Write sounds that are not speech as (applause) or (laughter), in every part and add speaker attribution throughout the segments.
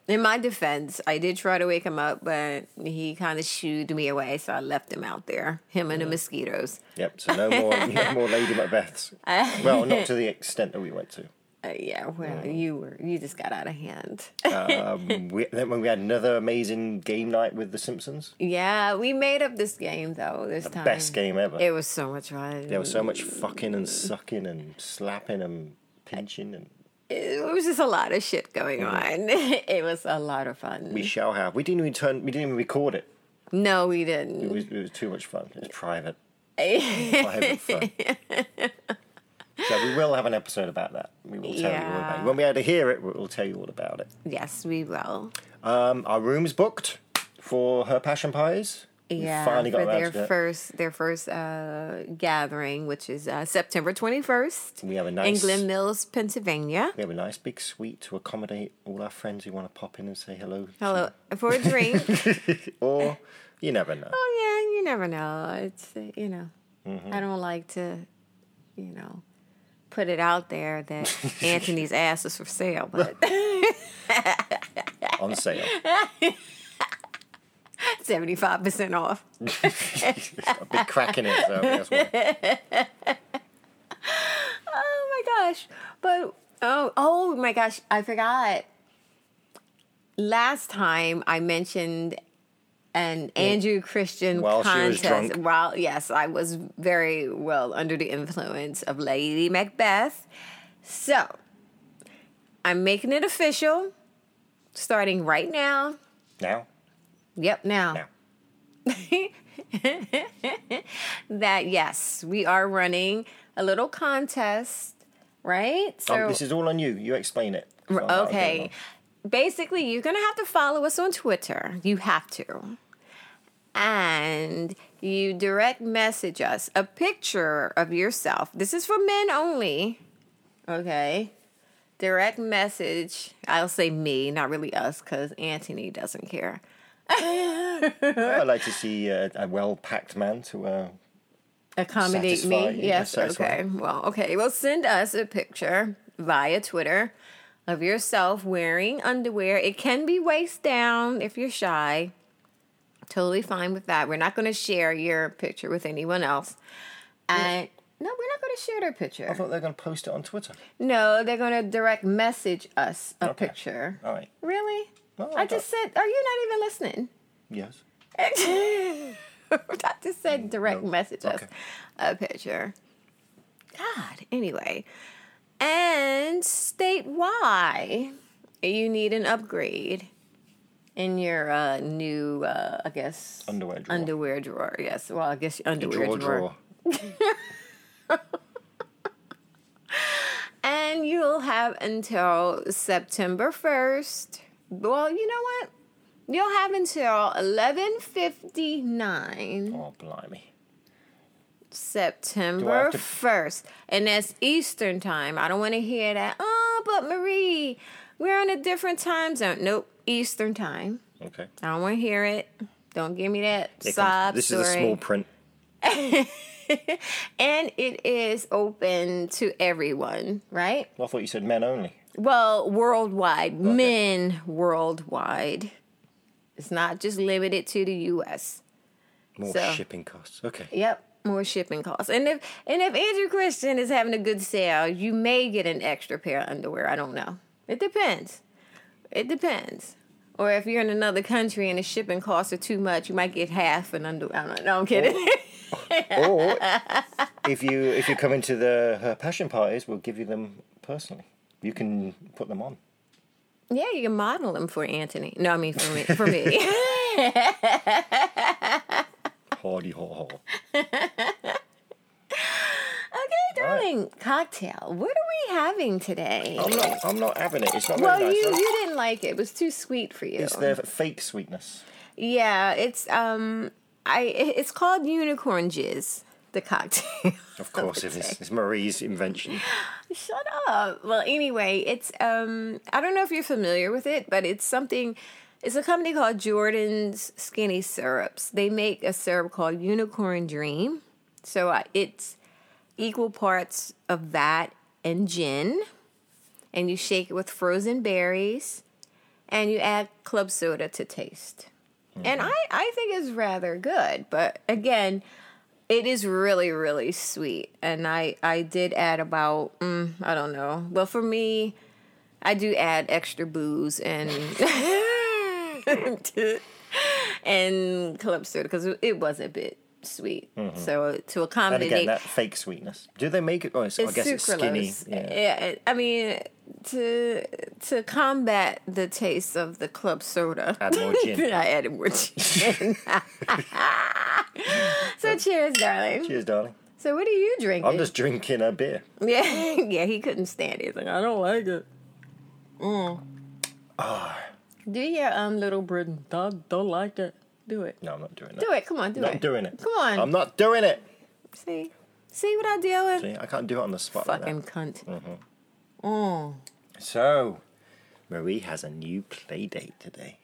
Speaker 1: In my defense, I did try to wake him up, but he kind of shooed me away, so I left him out there, him and the mosquitoes.
Speaker 2: Yep. So no more, no more Lady Macbeths. Well, not to the extent that we went to.
Speaker 1: Uh, yeah, well, you were you just got out of hand.
Speaker 2: Um, we, then when we had another amazing game night with The Simpsons,
Speaker 1: yeah, we made up this game though. This time,
Speaker 2: best game ever.
Speaker 1: It was so much fun.
Speaker 2: there was so much fucking and sucking and slapping and pinching, and
Speaker 1: It was just a lot of shit going on. (laughs) it was a lot of fun.
Speaker 2: we shall have. We didn't even turn. We didn't even record it.
Speaker 1: no, we
Speaker 2: It
Speaker 1: didn't.
Speaker 2: was, it was too much fun. It was private.
Speaker 1: (laughs)
Speaker 2: private fun. So we will have an episode about that. We will tell you all about
Speaker 1: Yeah.
Speaker 2: it. When we had to hear it, we'll tell you all about it.
Speaker 1: yes, we will.
Speaker 2: Um, our room's booked for her passion pies. We
Speaker 1: yeah,
Speaker 2: finally got
Speaker 1: for
Speaker 2: around
Speaker 1: their
Speaker 2: to it.
Speaker 1: first their first uh, gathering, which is uh, September twenty first
Speaker 2: We have a
Speaker 1: in
Speaker 2: nice,
Speaker 1: Glen Mills, Pennsylvania.
Speaker 2: we have a nice big suite to accommodate all our friends who want to pop in and say hello.
Speaker 1: Hello for a
Speaker 2: (laughs)
Speaker 1: drink.
Speaker 2: Or you never know.
Speaker 1: oh yeah, you never know. It's uh, you know,
Speaker 2: Mm-hmm.
Speaker 1: I don't like to, you know, put it out there
Speaker 2: (laughs)
Speaker 1: that Anthony's ass is for sale, but
Speaker 2: On sale,
Speaker 1: seventy five percent off.
Speaker 2: a big crack in it. So that's why.
Speaker 1: (laughs) Oh my gosh. But oh oh my gosh, I forgot. Last time I mentioned an Andrew Christian
Speaker 2: While she was
Speaker 1: contest.
Speaker 2: drunk.
Speaker 1: While yes, I was very well under the influence of Lady Macbeth. So I'm making it official starting right now.
Speaker 2: Now,
Speaker 1: Yep, now.
Speaker 2: now,
Speaker 1: That yes, we are running a little contest, right?
Speaker 2: Um, this is all on you. You explain it. So I'm not doing
Speaker 1: Okay.
Speaker 2: it.
Speaker 1: Basically, you're going to have to follow us on Twitter. You have to. And you direct message us a picture of yourself. This is for men only. Okay. Direct message. I'll say me, not really us, because Anthony doesn't care.
Speaker 2: I'd like to see uh, a well-packed man to uh,
Speaker 1: accommodate
Speaker 2: Satisfy you.
Speaker 1: me. Yes.
Speaker 2: Satisfy.
Speaker 1: Okay. Well, okay. Well, send us a picture via Twitter of yourself wearing underwear. It can be waist down if you're shy. Totally fine with that. We're not going to share your picture with anyone else. And no, we're not going to share their picture.
Speaker 2: I thought they were going to post it on Twitter.
Speaker 1: No, they're going to direct message us a
Speaker 2: Okay.
Speaker 1: picture.
Speaker 2: All right.
Speaker 1: Really?
Speaker 2: Well,
Speaker 1: I just said, are you not even listening?
Speaker 2: Yes.
Speaker 1: I (laughs) just said direct
Speaker 2: Mm, no.
Speaker 1: message us
Speaker 2: Okay.
Speaker 1: a picture. God, anyway. And state why you need an upgrade in your uh, new, uh, I guess,
Speaker 2: Underwear drawer.
Speaker 1: Underwear drawer, yes. Well, I guess your underwear
Speaker 2: Draw,
Speaker 1: drawer.
Speaker 2: draw.
Speaker 1: And you'll have until September 1st. Well, you know what? You'll have until 11:59
Speaker 2: Oh, blimey. Do I
Speaker 1: September
Speaker 2: have to-
Speaker 1: 1st. And that's Eastern time. I don't want to hear that. Oh, but Marie, we're in a different time zone. Nope, Eastern time.
Speaker 2: Okay.
Speaker 1: I don't want to hear it. Don't give me that
Speaker 2: Here comes-
Speaker 1: sob
Speaker 2: this
Speaker 1: story.
Speaker 2: is a small print.
Speaker 1: and it is open to everyone, right?
Speaker 2: Well, I thought you said men only.
Speaker 1: Well, worldwide, men worldwide. It's not just limited to the U.S.
Speaker 2: More
Speaker 1: So-
Speaker 2: shipping costs. Okay.
Speaker 1: (laughs) Yep, more shipping costs. And if and if Andrew Christian is having a good sale, you may get an extra pair of underwear. I don't know. It depends. It depends. Or if you're in another country and the shipping costs are too much, you might get half an underwear. I don't know. I'm kidding.
Speaker 2: or if you if you come into the her passion parties, we'll give you them personally. You can put them on.
Speaker 1: (laughs) yeah, you can model them for Anthony. No, I mean for me. For me.
Speaker 2: Hardy haw haw.
Speaker 1: okay, darling. Cocktail. What are we having today?
Speaker 2: I'm not. I'm not having it. It's not
Speaker 1: Well,
Speaker 2: very nice.
Speaker 1: you
Speaker 2: huh?
Speaker 1: you didn't like it. It was too sweet for you.
Speaker 2: It's their fake sweetness.
Speaker 1: yeah, it's um, I it- it's called unicorn jizz. The cocktail. (laughs)
Speaker 2: Of course, it is. It's Marie's invention.
Speaker 1: Shut up. Well, anyway, it's um, I don't know if you're familiar with it, but it's something. It's a company called Jordan's Skinny Syrups. They make a syrup called Unicorn Dream. So uh, it's equal parts of that and gin, and you shake it with frozen berries, and you add club soda to taste. And
Speaker 2: Mm-hmm.
Speaker 1: I, I think it's rather good, but again, it is really, really sweet. And I, I did add about, mm, I don't know. Well, for me, I do add extra booze and (laughs) and club soda because it was a bit sweet. So to
Speaker 2: Mm-hmm. And
Speaker 1: accommodate
Speaker 2: again, that fake sweetness. Do they make it? Oh, it's, I guess it's skinny.
Speaker 1: sucralose.
Speaker 2: Yeah.
Speaker 1: it- I mean to to combat the taste of the club soda.
Speaker 2: Add
Speaker 1: (laughs)
Speaker 2: more gin.
Speaker 1: I added more gin. (laughs) so cheers, darling.
Speaker 2: Cheers, darling.
Speaker 1: So what are you drinking?
Speaker 2: I'm just drinking a beer.
Speaker 1: (laughs) yeah, yeah. He couldn't stand it. He's like, I don't like it.
Speaker 2: Ah.
Speaker 1: Mm. Do your um little Britain. Don't, don't like it. Do it.
Speaker 2: No, I'm not doing that.
Speaker 1: Do it. Come on. Do
Speaker 2: Not
Speaker 1: it.
Speaker 2: doing it.
Speaker 1: Come on.
Speaker 2: I'm not doing it.
Speaker 1: See, see what I deal with.
Speaker 2: See, Mm. I can't do it on the spot. like that.
Speaker 1: Fucking cunt.
Speaker 2: So, Marie has a new play date today.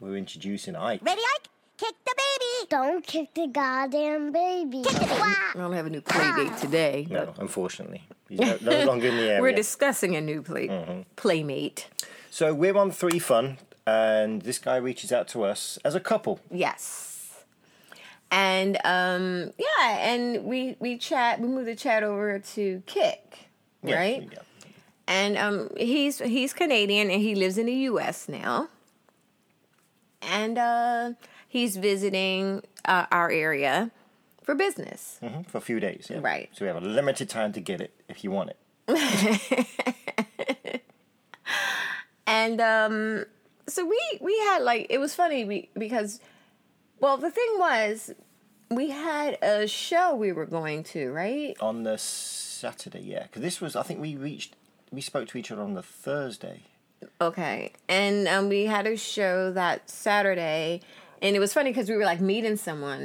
Speaker 2: We're introducing Ike.
Speaker 3: Ready, Ike? Kick the baby! Don't kick the goddamn baby. Kick the
Speaker 1: I don't have a new play date today. but-
Speaker 2: No, unfortunately. He's no, no
Speaker 1: (laughs)
Speaker 2: longer in the area.
Speaker 1: We're discussing a new play, playmate.
Speaker 2: so, we're on Three Fun, and this guy reaches out to us as a couple.
Speaker 1: Yes. And um, yeah, and we we chat. We move the chat over to Kick,
Speaker 2: Yes,
Speaker 1: right?
Speaker 2: yeah.
Speaker 1: And um, he's he's Canadian and he lives in the U.S. now. And uh, he's visiting uh, our area for business.
Speaker 2: Mhm, for a few days. yeah.
Speaker 1: Right.
Speaker 2: So, we have a limited time to get it if you want it.
Speaker 1: and um so we we had like it was funny we, because well the thing was we had a show we were going to right
Speaker 2: On the Saturday, yeah. Because this was, I think we reached, we spoke to each other on the Thursday.
Speaker 1: okay and um we had a show that saturday and it was funny because we were like meeting someone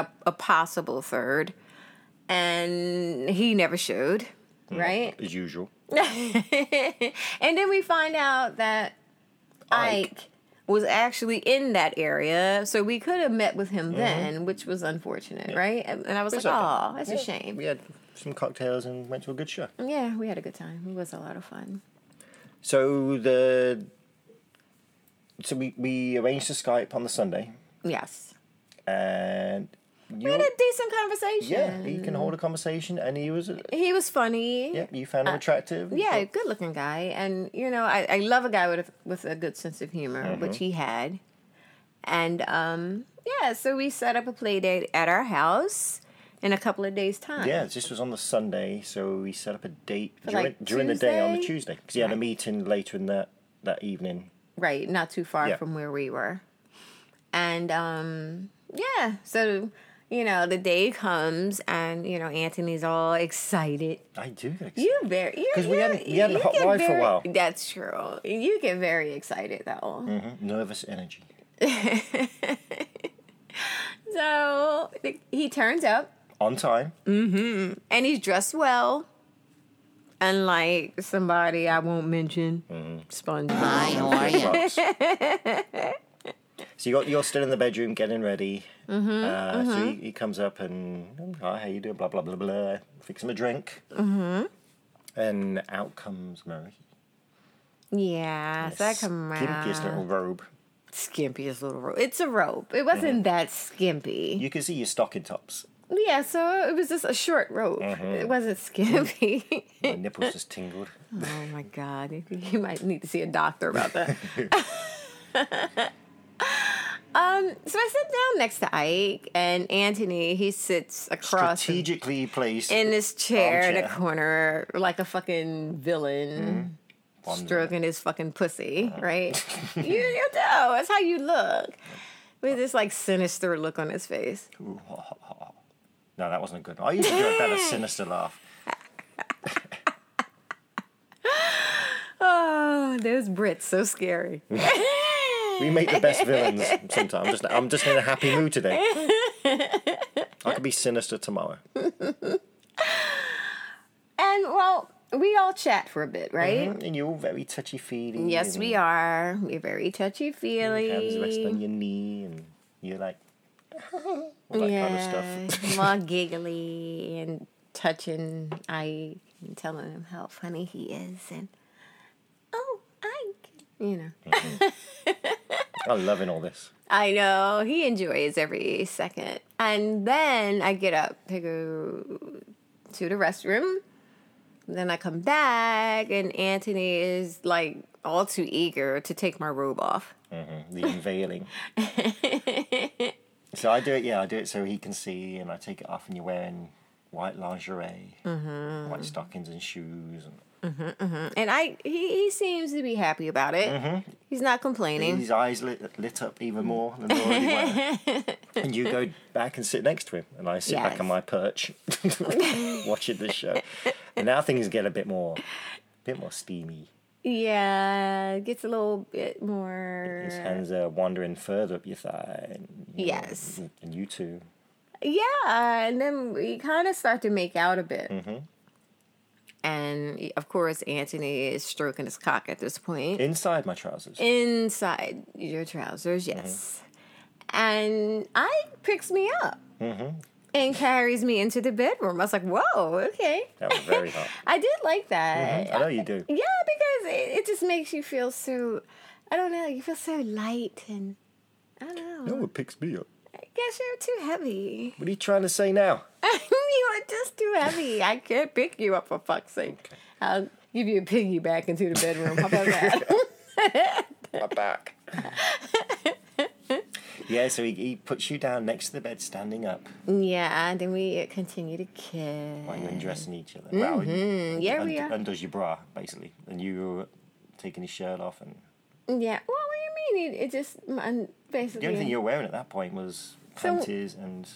Speaker 1: a, a possible third and he never showed right
Speaker 2: As usual.
Speaker 1: (laughs) and then we find out that
Speaker 2: Ike.
Speaker 1: Ike. was actually in that area, so we could have met with
Speaker 2: Mm-hmm.
Speaker 1: him then, which was unfortunate, right? And, and I was
Speaker 2: It's
Speaker 1: like,
Speaker 2: okay.
Speaker 1: "Oh, that's a
Speaker 2: Yeah,
Speaker 1: shame."
Speaker 2: We had some cocktails and went to a good show.
Speaker 1: Yeah, we had a good time. It was a lot of fun.
Speaker 2: So the so we, we arranged to Skype on the Sunday,
Speaker 1: Yes.
Speaker 2: and
Speaker 1: We
Speaker 2: you
Speaker 1: had a decent conversation.
Speaker 2: yeah, he can hold a conversation, and he was a-
Speaker 1: He was funny.
Speaker 2: yeah, you found him attractive.
Speaker 1: Uh, Yeah, good looking guy, and you know I, I love a guy with a, with a good sense of humor,
Speaker 2: Mm-hmm.
Speaker 1: which he had, and um, yeah, so we set up a play date at our house in a couple of days' time.
Speaker 2: Yeah, this was on the Sunday, so we set up a date during,
Speaker 1: like,
Speaker 2: during the day on the
Speaker 1: Tuesday?
Speaker 2: Tuesday because he had a meeting later in that that evening.
Speaker 1: right, not too far
Speaker 2: Yeah.
Speaker 1: from where we were, and um, yeah, so you know the day comes, and you know Anthony's all excited.
Speaker 2: I do get excited.
Speaker 1: You very because
Speaker 2: we hadn't- we hadn't hot wired for a while.
Speaker 1: That's true. You get very excited though.
Speaker 2: Mhm. nervous energy.
Speaker 1: So he turns up.
Speaker 2: On time.
Speaker 1: and he's dressed well. Unlike somebody I won't mention, SpongeBob.
Speaker 2: Right. (laughs) so you got you're still in the bedroom getting ready. Mm-hmm, uh, So he, he comes up and "Oh, hi, how you doing? Blah blah blah blah. Fix him a drink. Mm-hmm. And out comes Mary.
Speaker 1: Yeah, so I come around.
Speaker 2: Kinkiest little robe.
Speaker 1: Skimpiest little robe. It's a robe. It wasn't that skimpy.
Speaker 2: You can see your stocking tops.
Speaker 1: Yeah, so it was just a short robe. It wasn't skimpy.
Speaker 2: (laughs) My nipples just tingled.
Speaker 1: (laughs) oh my god, I think you might need to see a doctor about that. um, so I sit down next to Ike and Anthony. He sits across. the
Speaker 2: Strategically placed.
Speaker 1: in this chair in a
Speaker 2: Armchair.
Speaker 1: corner like a fucking villain
Speaker 2: Wonder.
Speaker 1: stroking his fucking pussy, right? you, you do. That's how you look. With this like sinister look on his face.
Speaker 2: No, that wasn't a good. One. I used to do a (laughs) better sinister laugh.
Speaker 1: Oh, those Brits so scary.
Speaker 2: We make the best villains sometimes. I'm just, I'm just in a happy mood (laughs) today. I could be sinister tomorrow.
Speaker 1: and well, we all chat for a bit, right?
Speaker 2: Mm-hmm. And you're all very touchy feely.
Speaker 1: Yes, we are. We're very touchy
Speaker 2: Hands Mm-hmm. rest on
Speaker 1: feely.
Speaker 2: your knee, and you're like, (laughs) all that kind of stuff.
Speaker 1: more giggly and touching I and telling him how funny he is and oh I you know
Speaker 2: (laughs) I'm loving all this.
Speaker 1: I know he enjoys every second and then I get up to go to the restroom then I come back and Anthony is like all too eager to take my robe off
Speaker 2: Mm-hmm. The
Speaker 1: (laughs)
Speaker 2: unveiling. so I do it, yeah, I do it so he can see, and I take it off, and you're wearing white lingerie,
Speaker 1: Mm-hmm.
Speaker 2: white stockings, and shoes, and
Speaker 1: and I he, he seems to be happy about it
Speaker 2: Mm-hmm.
Speaker 1: he's not complaining
Speaker 2: his eyes lit, lit up even
Speaker 1: Hmm.
Speaker 2: more than they already were.
Speaker 1: (laughs)
Speaker 2: and you go back and sit next to him, and I sit back
Speaker 1: Yes.
Speaker 2: on my perch, (laughs) watching the show. And now things get a bit more, bit more steamy.
Speaker 1: Yeah, it gets a little bit more.
Speaker 2: His hands are wandering further up your thigh, and, you know,
Speaker 1: Yes.
Speaker 2: and you too.
Speaker 1: Yeah, and then we kind of start to make out a bit.
Speaker 2: Mm-hmm.
Speaker 1: And of course, Anthony is stroking his cock at this point.
Speaker 2: Inside my trousers,
Speaker 1: Inside your trousers,
Speaker 2: Mm-hmm.
Speaker 1: yes. And I picks me up
Speaker 2: Mm-hmm.
Speaker 1: and carries me into the bedroom. I was like, whoa, okay.
Speaker 2: that was Mm-hmm.
Speaker 1: (laughs)
Speaker 2: very hot.
Speaker 1: I did like that.
Speaker 2: I know you do.
Speaker 1: Yeah, because it, it just makes you feel so, I don't know, you feel so light and, I don't know.
Speaker 2: No, it picks me up.
Speaker 1: guess you're too heavy. (laughs)
Speaker 2: What are you trying to say now?
Speaker 1: you are just too heavy. I can't pick you up for fuck's sake. I'll give you a piggyback into the bedroom. How about that?
Speaker 2: (laughs) My back. yeah, so he, he puts you down next to the bed, standing up,
Speaker 1: yeah, and then we continue to kiss. Mm,
Speaker 2: while you're undressing each other. Well, you-
Speaker 1: Yeah,
Speaker 2: und-
Speaker 1: Mm-hmm. we are.
Speaker 2: undoes your bra basically, and you taking his shirt off, and
Speaker 1: Yeah. Well, what do you mean? It, it just um,
Speaker 2: the only thing
Speaker 1: basically.
Speaker 2: you were wearing at that point was
Speaker 1: So-
Speaker 2: panties and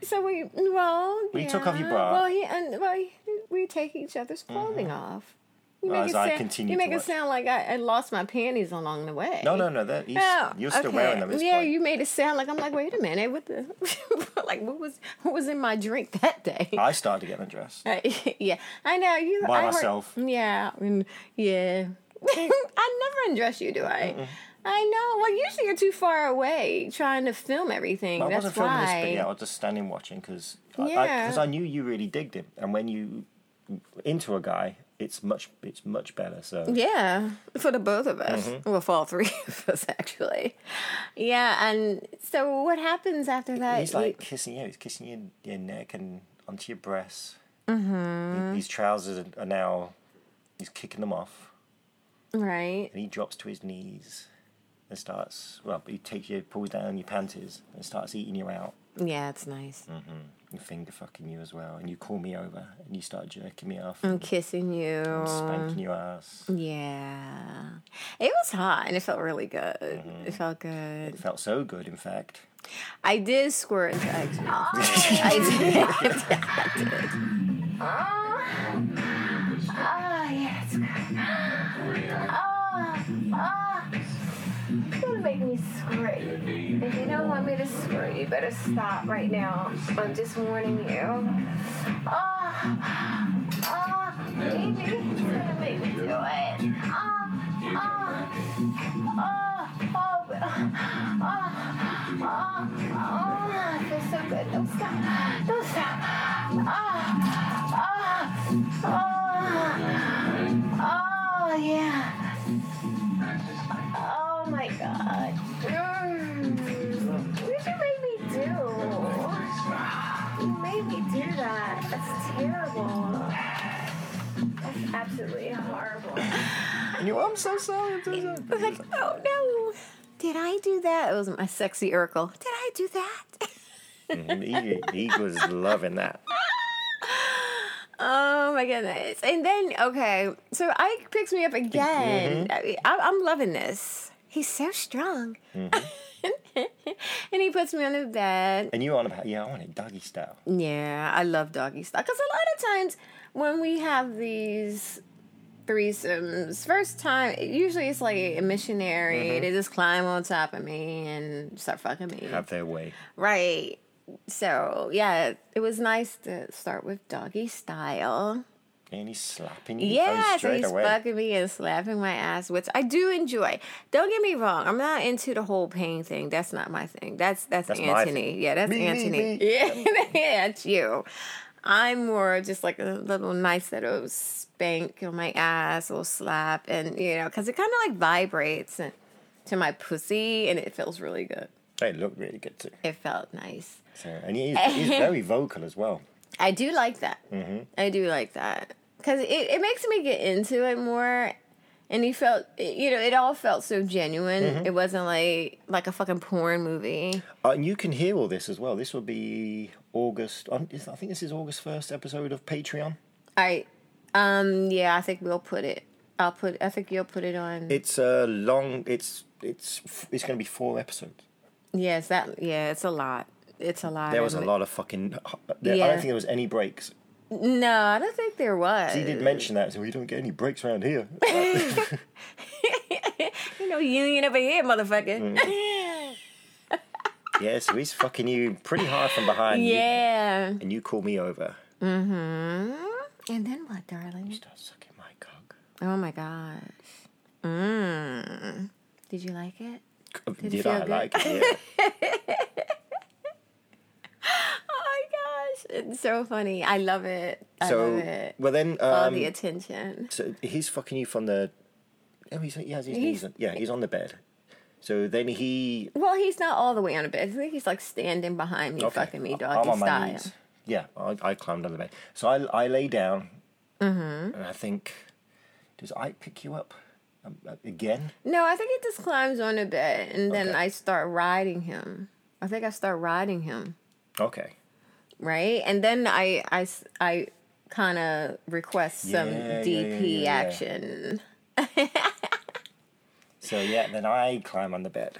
Speaker 1: so we well.
Speaker 2: Well, you took
Speaker 1: yeah.
Speaker 2: off your bra. Mm-hmm.
Speaker 1: Well, he and well, he, we take each other's clothing off. You
Speaker 2: Well, as I
Speaker 1: sound,
Speaker 2: continue
Speaker 1: you
Speaker 2: to
Speaker 1: make it
Speaker 2: watch.
Speaker 1: sound like I, I lost my panties along the way.
Speaker 2: no, no, no. That he's,
Speaker 1: Oh,
Speaker 2: you're still
Speaker 1: okay.
Speaker 2: wearing them. At this
Speaker 1: Yeah,
Speaker 2: point.
Speaker 1: you made it sound like I'm like, wait a minute, what the, (laughs) like what was what was in my drink (laughs) that day?
Speaker 2: I started getting undressed.
Speaker 1: (laughs) yeah, I know you.
Speaker 2: Uh, By
Speaker 1: I work-
Speaker 2: myself.
Speaker 1: yeah, and yeah.
Speaker 2: (laughs)
Speaker 1: (laughs) I never undress you, do I? I know. Well, usually you're too far away trying to film everything.
Speaker 2: I
Speaker 1: That's
Speaker 2: wasn't filming
Speaker 1: why.
Speaker 2: this, but yeah, I was just standing watching because
Speaker 1: Yeah.
Speaker 2: I, I knew you really digged him, and when you into a guy, it's much it's much better. So
Speaker 1: Yeah, Mm-hmm. for the both of us. Well, for all three (laughs) of us, actually. Yeah, and so what happens after that?
Speaker 2: he's
Speaker 1: You-
Speaker 2: like kissing you. He's kissing your, your neck and onto your breasts. Mm-hmm. His trousers are- are now. He's kicking them off,
Speaker 1: right.
Speaker 2: and he drops to his knees and starts. Well, he takes you, pulls down your panties, and starts eating you out.
Speaker 1: Yeah, it's nice.
Speaker 2: and finger fucking you as well, and you call me over and you start jerking me off
Speaker 1: I'm kissing you.
Speaker 2: and spanking your ass.
Speaker 1: Yeah. It was hot and it felt really good. It felt good.
Speaker 2: It felt so good, in fact.
Speaker 1: I did squirt into Egg's (laughs) mouth. I (laughs) did. Ah,
Speaker 4: Oh, yes.
Speaker 1: Ah,
Speaker 4: Oh, oh. You're gonna make me squirt. If you don't want me to squirt, you better stop right now. I'm just warning you. Oh,
Speaker 1: Ah,
Speaker 4: oh, baby, it's gonna make me do it. Oh, oh, oh, oh, oh, oh, oh, I feel so good. Don't stop. Don't stop. Oh, oh, oh. Oh yeah. Oh my god. Mm. What did you make me do? You made me do that. That's terrible. That's absolutely horrible.
Speaker 2: And you, I'm so sorry. I'm so
Speaker 1: (laughs)
Speaker 2: sorry."
Speaker 1: I was like, oh no. Did I do that? It was my sexy Urkel. Did I do that? (laughs)
Speaker 2: And he, Mm, he was loving that.
Speaker 1: Oh my goodness. And then, okay, so Ike picks me up again. I mean, I, I'm loving this. He's so strong. (laughs) and he puts me on the bed.
Speaker 2: And you on about, yeah, I want it doggy style.
Speaker 1: Yeah, I love doggy style. Because a lot of times when we have these threesomes, first time, usually it's like a missionary. They just climb on top of me and start fucking me.
Speaker 2: Have their way.
Speaker 1: Right. So, yeah, it was nice to start with doggy style.
Speaker 2: And he's (laughs) slapping you oh,
Speaker 1: Yes, and
Speaker 2: straight
Speaker 1: he's
Speaker 2: away.
Speaker 1: fucking me and slapping my ass, which I do enjoy. Don't get me wrong, I'm not into the whole pain thing. That's not my thing. That's that's,
Speaker 2: That's my
Speaker 1: Anthony.
Speaker 2: thing.
Speaker 1: Yeah, that's
Speaker 2: Me, me,
Speaker 1: Anthony.
Speaker 2: me.
Speaker 1: Yeah, (laughs) that's you. I'm more just like a little nice little spank on my ass, a little slap, and you know, because it kind of like vibrates and, to my pussy, and it feels really good.
Speaker 2: They look really good too.
Speaker 1: It felt nice.
Speaker 2: So, and he's,
Speaker 1: (laughs)
Speaker 2: he's very vocal as well.
Speaker 1: I do like that.
Speaker 2: Mm-hmm.
Speaker 1: I do like that because it, it makes me get into it more. And he felt, you know, it all felt so genuine.
Speaker 2: Mm-hmm.
Speaker 1: It wasn't like like a fucking porn movie.
Speaker 2: Uh, and you can hear all this as well. This will be August. um, is- I think this is August 1st episode of Patreon.
Speaker 1: I, um, yeah, I think we'll put it. I'll put. I think you'll put it on.
Speaker 2: It's a long, it's, it's, f- it's going to be four episodes.
Speaker 1: yes, that. Yeah, it's a lot. It's a lot.
Speaker 2: There was a
Speaker 1: of it.
Speaker 2: lot of fucking. uh, There, I
Speaker 1: Yeah.
Speaker 2: don't think there was any breaks.
Speaker 1: No, I don't think there was.
Speaker 2: He did mention that. So we don't get any breaks
Speaker 1: (laughs)
Speaker 2: around here.
Speaker 1: You know, union over here, motherfucker.
Speaker 2: Mm-hmm. yeah, so he's fucking you pretty hard from behind. you-
Speaker 1: (laughs) yeah. Mm-hmm.
Speaker 2: and you call me over.
Speaker 1: And then what, darling?
Speaker 2: Start sucking my cock.
Speaker 1: Oh my gosh. Mmm. Did you like it?
Speaker 2: Did,
Speaker 1: it
Speaker 2: I
Speaker 1: feel good?
Speaker 2: like it? Yeah.
Speaker 1: Oh my gosh, it's so funny. I love it. (laughs) I
Speaker 2: so,
Speaker 1: love it.
Speaker 2: well then,
Speaker 1: All
Speaker 2: um,
Speaker 1: the attention.
Speaker 2: so he's fucking you from the. Oh, he's, he has his knees. On, yeah, he's on the bed. So then he.
Speaker 1: Well, he's not all the way on a bed. I think he's like standing behind me,
Speaker 2: okay,
Speaker 1: fucking me,
Speaker 2: I-
Speaker 1: doggy style.
Speaker 2: Yeah, I, I climbed on the bed. So I, I lay down,
Speaker 1: Mm-hmm.
Speaker 2: and I think, does Ike pick you up um, uh, again?
Speaker 1: No, I think he just climbs on a bed, and then
Speaker 2: Okay.
Speaker 1: I start riding him. I think I start riding him,
Speaker 2: Okay.
Speaker 1: right? And then I, I, s- I kind of request some
Speaker 2: Yeah, yeah, yeah,
Speaker 1: DP
Speaker 2: yeah, yeah.
Speaker 1: action,
Speaker 2: So yeah, then I climb on the bed.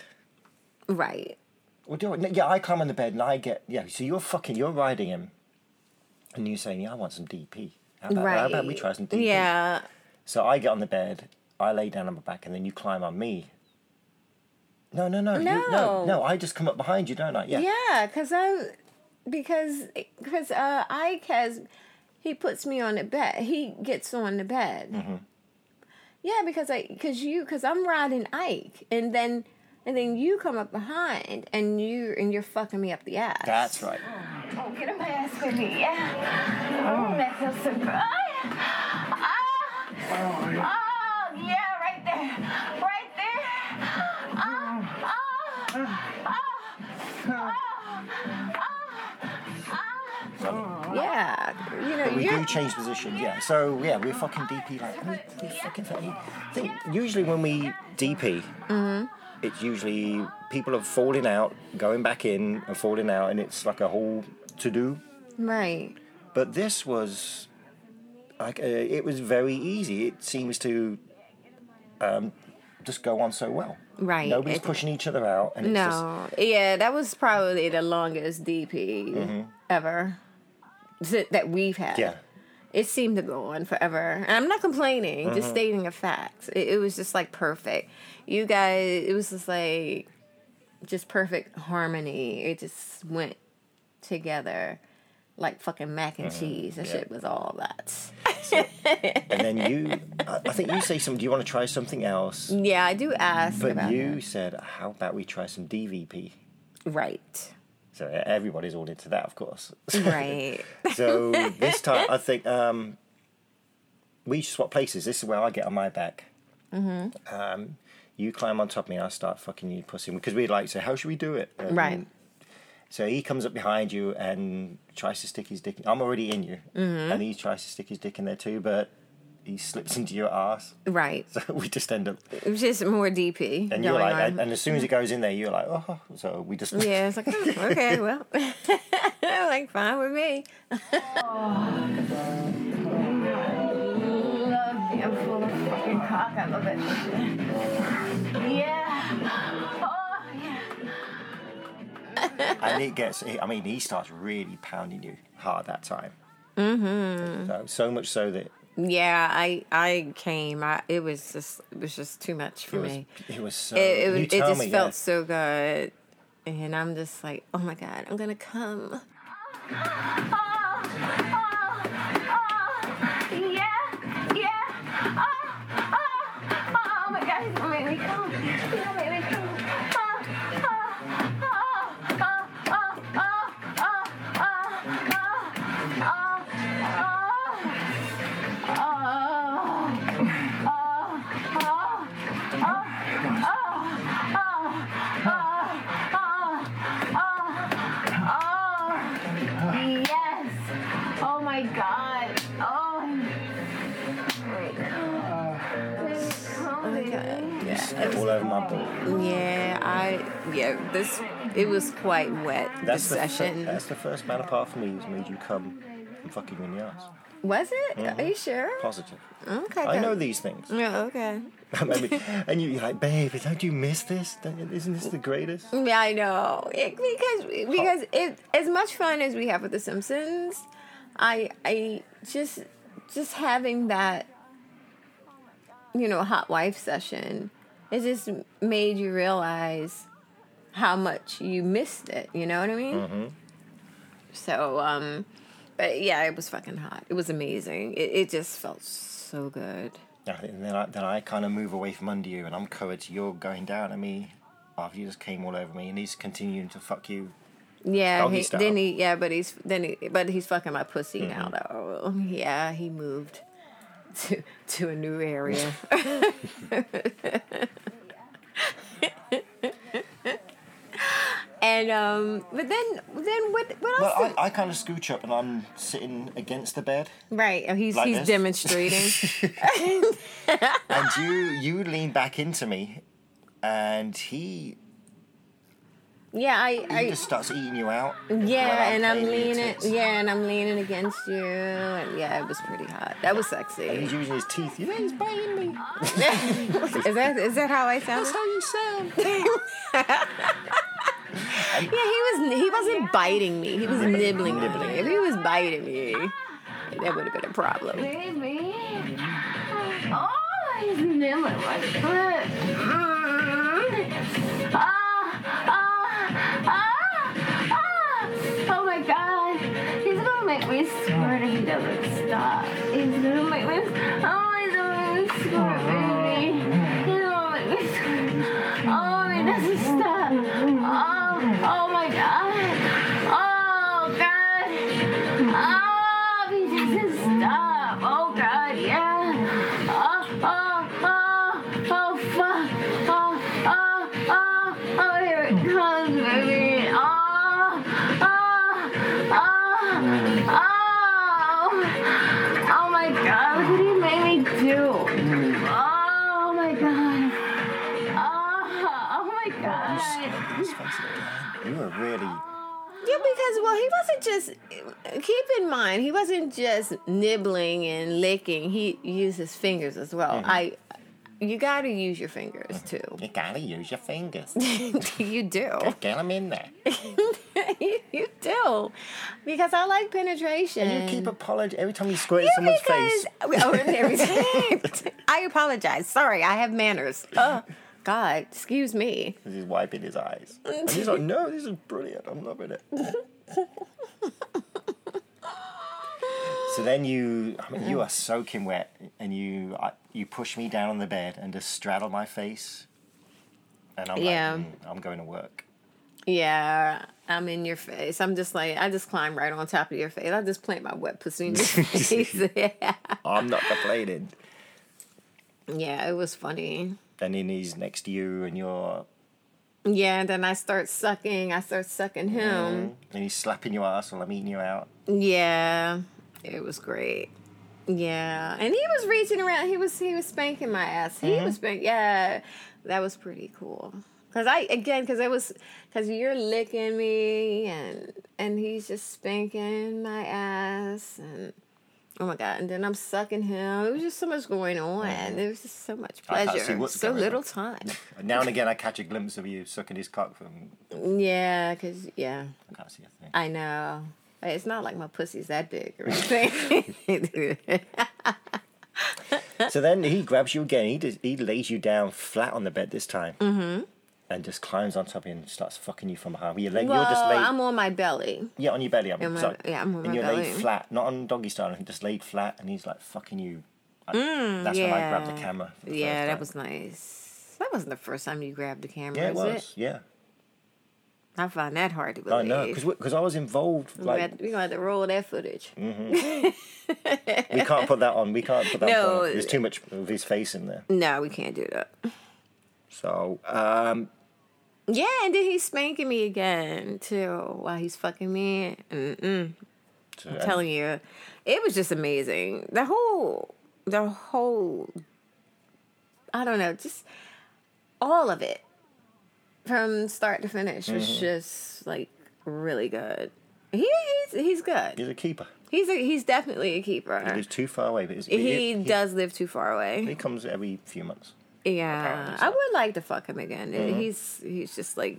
Speaker 1: right?
Speaker 2: Well, do it. Yeah, I climb on the bed and I get yeah. So you're fucking, you're riding him, and you're saying, "Yeah, I want some DP. How about,
Speaker 1: right.
Speaker 2: how about we try some DP?"
Speaker 1: Yeah.
Speaker 2: So I get on the bed, I lay down on my back, and then you climb on me. No, no, no, you-
Speaker 1: No.
Speaker 2: no, no. I just come up behind you, don't I? Yeah.
Speaker 1: Yeah, because I'm because because uh, Ike has he puts me on the bed. He gets on the bed.
Speaker 2: Mm-hmm.
Speaker 1: Yeah, because I because you because I'm riding Ike, and then and then you come up behind, and you and you're fucking me up the ass.
Speaker 2: That's right.
Speaker 4: Oh, get on my ass, baby. Yeah. Oh, that feels so good. Ah, Oh, yeah, right there. Right there. Oh, oh, oh, oh, oh, oh.
Speaker 1: Yeah, you know,
Speaker 2: But we
Speaker 1: you're,
Speaker 2: do change position, yeah. So yeah, we're fucking DP like we, we fucking think, think usually when we DP,
Speaker 1: Mm-hmm.
Speaker 2: it's usually people are falling out, going back in and falling out, and it's like a whole to do.
Speaker 1: right.
Speaker 2: But this was like uh, it was very easy. It seems to um, just go on so well.
Speaker 1: Right,
Speaker 2: Nobody's
Speaker 1: it-
Speaker 2: pushing each other out, and it's just
Speaker 1: No, yeah, that was probably the longest DP ever si- that we've had.
Speaker 2: Mm-hmm. yeah.
Speaker 1: It seemed to go on forever. And I'm not complaining,
Speaker 2: Mm-hmm.
Speaker 1: just stating a fact. It, it was just like perfect. You guys, it was just like just perfect harmony. It just went together like fucking mac and cheese. That
Speaker 2: Mm-hmm. yeah.
Speaker 1: shit was all that.
Speaker 2: And then you, I, I think you say something. Do you want to try something else?
Speaker 1: Yeah, I do ask
Speaker 2: But
Speaker 1: about
Speaker 2: you said, how about we try some DVP?
Speaker 1: that.
Speaker 2: (laughs)
Speaker 1: Right.
Speaker 2: So e-, everybody's all into that, of course.
Speaker 1: Right.
Speaker 2: (laughs) so this time, I think um, we swap places. This is where I get on my back. Mm-hmm. Um, you climb on top of me, I start fucking you pussy because we like say, how should we do it? And
Speaker 1: Right.
Speaker 2: So he comes up behind you and tries to stick his dick. I'm already in you,
Speaker 1: Mm-hmm.
Speaker 2: and he tries to stick his dick in there too, but he slips into your ass.
Speaker 1: Right.
Speaker 2: (laughs) So we just end up,
Speaker 1: It was just more DP.
Speaker 2: and
Speaker 1: going
Speaker 2: you're like,
Speaker 1: on.
Speaker 2: and, and as soon as it goes in there, you're like, oh. So we just
Speaker 1: Yeah, it's like, oh, okay, well, (laughs) like, fine with me.
Speaker 4: love being full of fucking cock. I love it. Yeah. Oh, yeah.
Speaker 2: and it gets. I mean, he starts really pounding you hard that time. Mm-hmm. So, so much so that
Speaker 1: Yeah, I I came. I, it was just it was just too much for
Speaker 2: it was,
Speaker 1: me.
Speaker 2: it was so.
Speaker 1: It it,
Speaker 2: you
Speaker 1: it
Speaker 2: tell
Speaker 1: just
Speaker 2: me,
Speaker 1: felt
Speaker 2: yeah.
Speaker 1: so good, and I'm just like, oh my god, I'm gonna come.
Speaker 4: Oh, oh, oh. Yeah. Yeah. Oh, oh, oh. Oh my God, he's gonna make me come. He's gonna make me come. Oh, oh, oh, oh, oh, oh, oh, oh, oh, oh. Oh my god. Oh.
Speaker 1: Oh my god, yeah,
Speaker 2: Step all over my ball.
Speaker 1: yeah, I yeah. This it was quite wet. this
Speaker 2: That's the, fir-
Speaker 1: session
Speaker 2: that's the first man apart from me who's made you come and fucking in the ass.
Speaker 1: was it? Are you sure? Oh
Speaker 2: Positive.
Speaker 1: Okay,
Speaker 2: Mm-hmm. I
Speaker 1: good.
Speaker 2: know these things. (laughs)
Speaker 1: Yeah, okay.
Speaker 2: Maybe- and you, you're like, babe, don't you miss this? Don't- Isn't this the greatest?
Speaker 1: Yeah, I know. It, because because it, as much fun as we have with The Simpsons, I I just just having that you know hot wife session, it just made you realize how much you missed it. You know what I mean? So um, but yeah, it was fucking hot. It was amazing. It, it just felt so good.
Speaker 2: I think- And then I, then I kind of move away from under you, and I'm covered. so You're going down at me after you just came all over me, and he's continuing to fuck you.
Speaker 1: Yeah,
Speaker 2: Doggy
Speaker 1: he,
Speaker 2: style. Mm-hmm.
Speaker 1: then he yeah, but he's then he but he's fucking my pussy now though. Yeah, he moved to to a new
Speaker 2: (laughs)
Speaker 1: area. and um, but then then what what else?
Speaker 2: Well, I, I kind of scooch up, and I'm sitting against the bed,
Speaker 1: did- right, oh, he's
Speaker 2: like
Speaker 1: he's
Speaker 2: this. (laughs)
Speaker 1: demonstrating.
Speaker 2: and you you lean back into me, and he
Speaker 1: yeah, I
Speaker 2: he
Speaker 1: I
Speaker 2: just starts eating you out. while
Speaker 1: yeah, and I'm
Speaker 2: playing with your
Speaker 1: leaning
Speaker 2: tits.
Speaker 1: yeah, and I'm leaning against you, and yeah, it was pretty hot. That was sexy.
Speaker 2: He's
Speaker 1: is
Speaker 2: using his teeth. You know, he's biting me.
Speaker 1: that (laughs) is that how I sound?
Speaker 2: That's how you sound.
Speaker 1: (laughs) Yeah, he was. He wasn't biting me. He was nibbling, on me. If he was biting me, that would have been a problem.
Speaker 4: Baby. Oh, he's nibbling my foot. Mm. Ah, ah, ah, ah. Oh my god. He's gonna make me squirt if he doesn't stop. He's gonna make me. Oh, he's gonna make me squirt, baby. He's gonna make me squirt. Oh, he doesn't stop. Oh, oh my god. Oh god. Oh, he doesn't stop. Oh god, yeah. Oh. Oh, oh my God! Look what he made me do. Oh my God. Oh, oh my God.
Speaker 2: Let's face it, You were really.
Speaker 1: Yeah, because well, he wasn't just. Keep in mind, he wasn't just nibbling and licking. He used his fingers as well.
Speaker 2: Mm-hmm.
Speaker 1: I, you got to use your fingers
Speaker 2: (laughs)
Speaker 1: too. (laughs)
Speaker 2: You gotta use your fingers.
Speaker 1: you do. (laughs)
Speaker 2: Get them in there.
Speaker 1: you, you do, because I like penetration.
Speaker 2: You keep apologizing every time you squirt
Speaker 1: Yeah,
Speaker 2: at someone's
Speaker 1: because (laughs)
Speaker 2: face.
Speaker 1: oh, and everything. (laughs) I apologize. Sorry, I have manners. Oh, God, excuse me.
Speaker 2: Because he's wiping his eyes. And he's like, no, this is brilliant. I'm loving it. so then you, I mean, you are soaking wet, and you I, you push me down on the bed and just straddle my face, and I'm
Speaker 1: Yeah.
Speaker 2: like, "Mm, I'm going to work.
Speaker 1: Yeah, I'm in your face. I'm just like I just climb right on top of your face. I just plant my wet pussy in
Speaker 2: (laughs)
Speaker 1: your face. (laughs) yeah.
Speaker 2: I'm not complaining.
Speaker 1: yeah, it was funny.
Speaker 2: Then in he's next to you, and you're,
Speaker 1: Yeah, and then I start sucking. I start sucking him.
Speaker 2: and he's slapping your ass while I'm eating you out. (laughs)
Speaker 1: Yeah, it was great. Yeah, and he was reaching around. He was he was spanking my ass.
Speaker 2: Mm-hmm.
Speaker 1: He was spanking. Yeah, that was pretty cool. Cause I again, cause it was, cause you're licking me and and he's just spanking my ass and oh my god, and then I'm sucking him. It was just so much going on. There was just so much
Speaker 2: Mm-hmm. I can't see
Speaker 1: pleasure,
Speaker 2: what's
Speaker 1: so
Speaker 2: going on.
Speaker 1: little time.
Speaker 2: And now and again, I catch a glimpse of you sucking his cock from.
Speaker 1: Yeah, cause yeah.
Speaker 2: I can't see a thing.
Speaker 1: I know. But It's not like my pussy's that big or anything. (laughs)
Speaker 2: So then he grabs you again. He does, he lays you down flat on the bed this time, mm-hmm. and just climbs on top of you and starts fucking you from behind. You're, lay,
Speaker 1: well,
Speaker 2: you're just laid,
Speaker 1: I'm on my belly.
Speaker 2: yeah, on your belly. I'm
Speaker 1: on my-
Speaker 2: sorry,
Speaker 1: yeah, I'm on my
Speaker 2: and you're laid
Speaker 1: belly.
Speaker 2: flat, not on doggy style, and just laid flat, and he's like fucking you. I- That's when I grabbed the
Speaker 1: Mm, yeah.
Speaker 2: camera. for the
Speaker 1: yeah,
Speaker 2: first
Speaker 1: that
Speaker 2: time.
Speaker 1: was nice. That wasn't the first time you grabbed the camera,
Speaker 2: Yeah, it
Speaker 1: is
Speaker 2: was. Oh,
Speaker 1: it?
Speaker 2: Yeah,
Speaker 1: I find that hard to believe.
Speaker 2: I know because I was involved.
Speaker 1: we're,
Speaker 2: Like Mm.
Speaker 1: gonna, we're gonna have to roll that footage. (laughs)
Speaker 2: we can't put that on. We can't put that.
Speaker 1: No.
Speaker 2: on. there's too much of his face in there.
Speaker 1: No, we can't do that.
Speaker 2: So um,
Speaker 1: Yeah, and then he's spanking me again too while he's fucking me. Mm-mm.
Speaker 2: so-
Speaker 1: I'm telling you, it was just amazing. The whole, the whole, I don't know, just all of it from start to finish was
Speaker 2: Mm-hmm.
Speaker 1: just like really good. He, he's he's good.
Speaker 2: he's a keeper.
Speaker 1: He's a, he's definitely a
Speaker 2: He
Speaker 1: keeper.
Speaker 2: lives too far away, but it's,
Speaker 1: He
Speaker 2: he,
Speaker 1: does live too far
Speaker 2: he
Speaker 1: away.
Speaker 2: comes every few months.
Speaker 1: Yeah,
Speaker 2: apparently so. Mm-hmm.
Speaker 1: I would like to fuck him again. He's he's just like,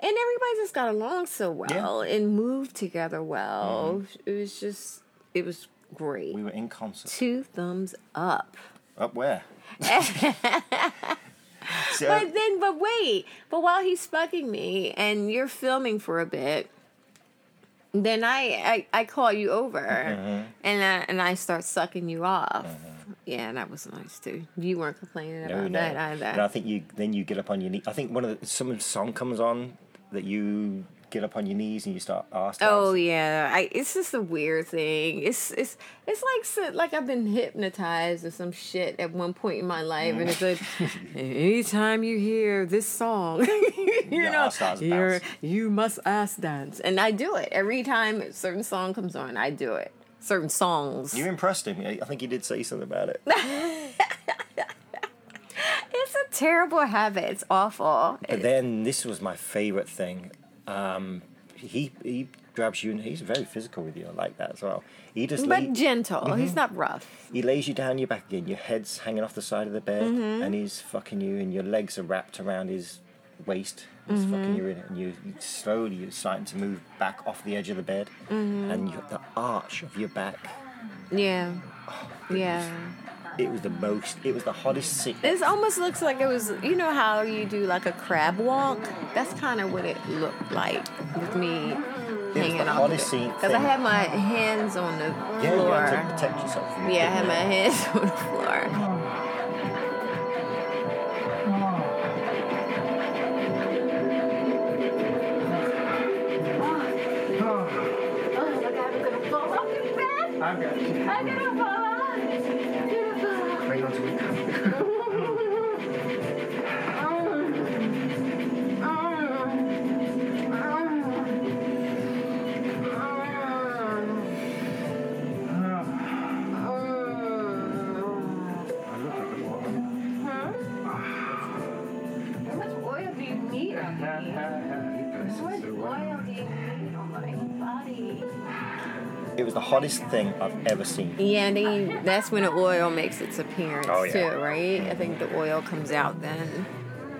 Speaker 1: and everybody just got along so well and moved together well. It was just it was great
Speaker 2: Mm-hmm. We were in concert.
Speaker 1: two thumbs up. (laughs)
Speaker 2: Up where? so,
Speaker 1: But then, but wait, but while he's fucking me and you're filming for a bit, then I I, I call you over and I, and I start sucking you off. Yeah, and that was nice too. You weren't complaining
Speaker 2: no,
Speaker 1: about
Speaker 2: no.
Speaker 1: that
Speaker 2: And I
Speaker 1: either.
Speaker 2: think you then you get up on your knee. I think one of the, some song comes on that you get up on your knees and you start ass
Speaker 1: Oh
Speaker 2: dancing.
Speaker 1: yeah, I, it's just a weird thing. It's it's it's like so- like I've been hypnotized or some shit at one point in my life, and it's like anytime you hear this song, (laughs) you
Speaker 2: Your
Speaker 1: know,
Speaker 2: ass starts
Speaker 1: you're,
Speaker 2: bouncing.
Speaker 1: you must ass dance, and I do it every time a certain song comes on. I do it. Certain songs.
Speaker 2: You impressed him. I I think he did say something about
Speaker 1: (laughs)
Speaker 2: it.
Speaker 1: It's a terrible habit. It's awful.
Speaker 2: But then this was my favorite thing. Um, he he grabs you and he's very physical with you. I like that as well. He just
Speaker 1: But
Speaker 2: lay-
Speaker 1: gentle. He's
Speaker 2: Mm-hmm.
Speaker 1: not rough.
Speaker 2: he lays you down, your back again. Your head's hanging off the side of the bed,
Speaker 1: Mm-hmm.
Speaker 2: and he's fucking you, and your legs are wrapped around his waist. He's
Speaker 1: Mm-hmm.
Speaker 2: fucking you in it, and you you slowly you're starting to move back off the edge of the bed,
Speaker 1: Mm-hmm.
Speaker 2: and you, the arch of your back.
Speaker 1: Yeah. Yeah.
Speaker 2: It was the most. It was the hottest seat.
Speaker 1: This almost looks like it was, you know how you do like a crab walk? That's kind of what it looked like with me hanging
Speaker 2: the
Speaker 1: off.
Speaker 2: hottest scene
Speaker 1: Because I
Speaker 2: thing.
Speaker 1: had my hands on the
Speaker 2: Yeah, you
Speaker 1: floor.
Speaker 2: had to protect yourself. From
Speaker 1: yeah, I had my (laughs) hands on the floor.
Speaker 4: Oh my God, I'm gonna fall off the bed.
Speaker 5: I've got you.
Speaker 4: I'm gonna fall off. I'm gonna fall off.
Speaker 5: Hang on to me.
Speaker 4: (laughs) Mm. Mm. Mm. uh,
Speaker 2: it was the hottest thing I've ever seen.
Speaker 1: Yeah, and then you, that's when the oil makes its appearance
Speaker 2: Oh, yeah.
Speaker 1: too, right? I think the oil comes out then.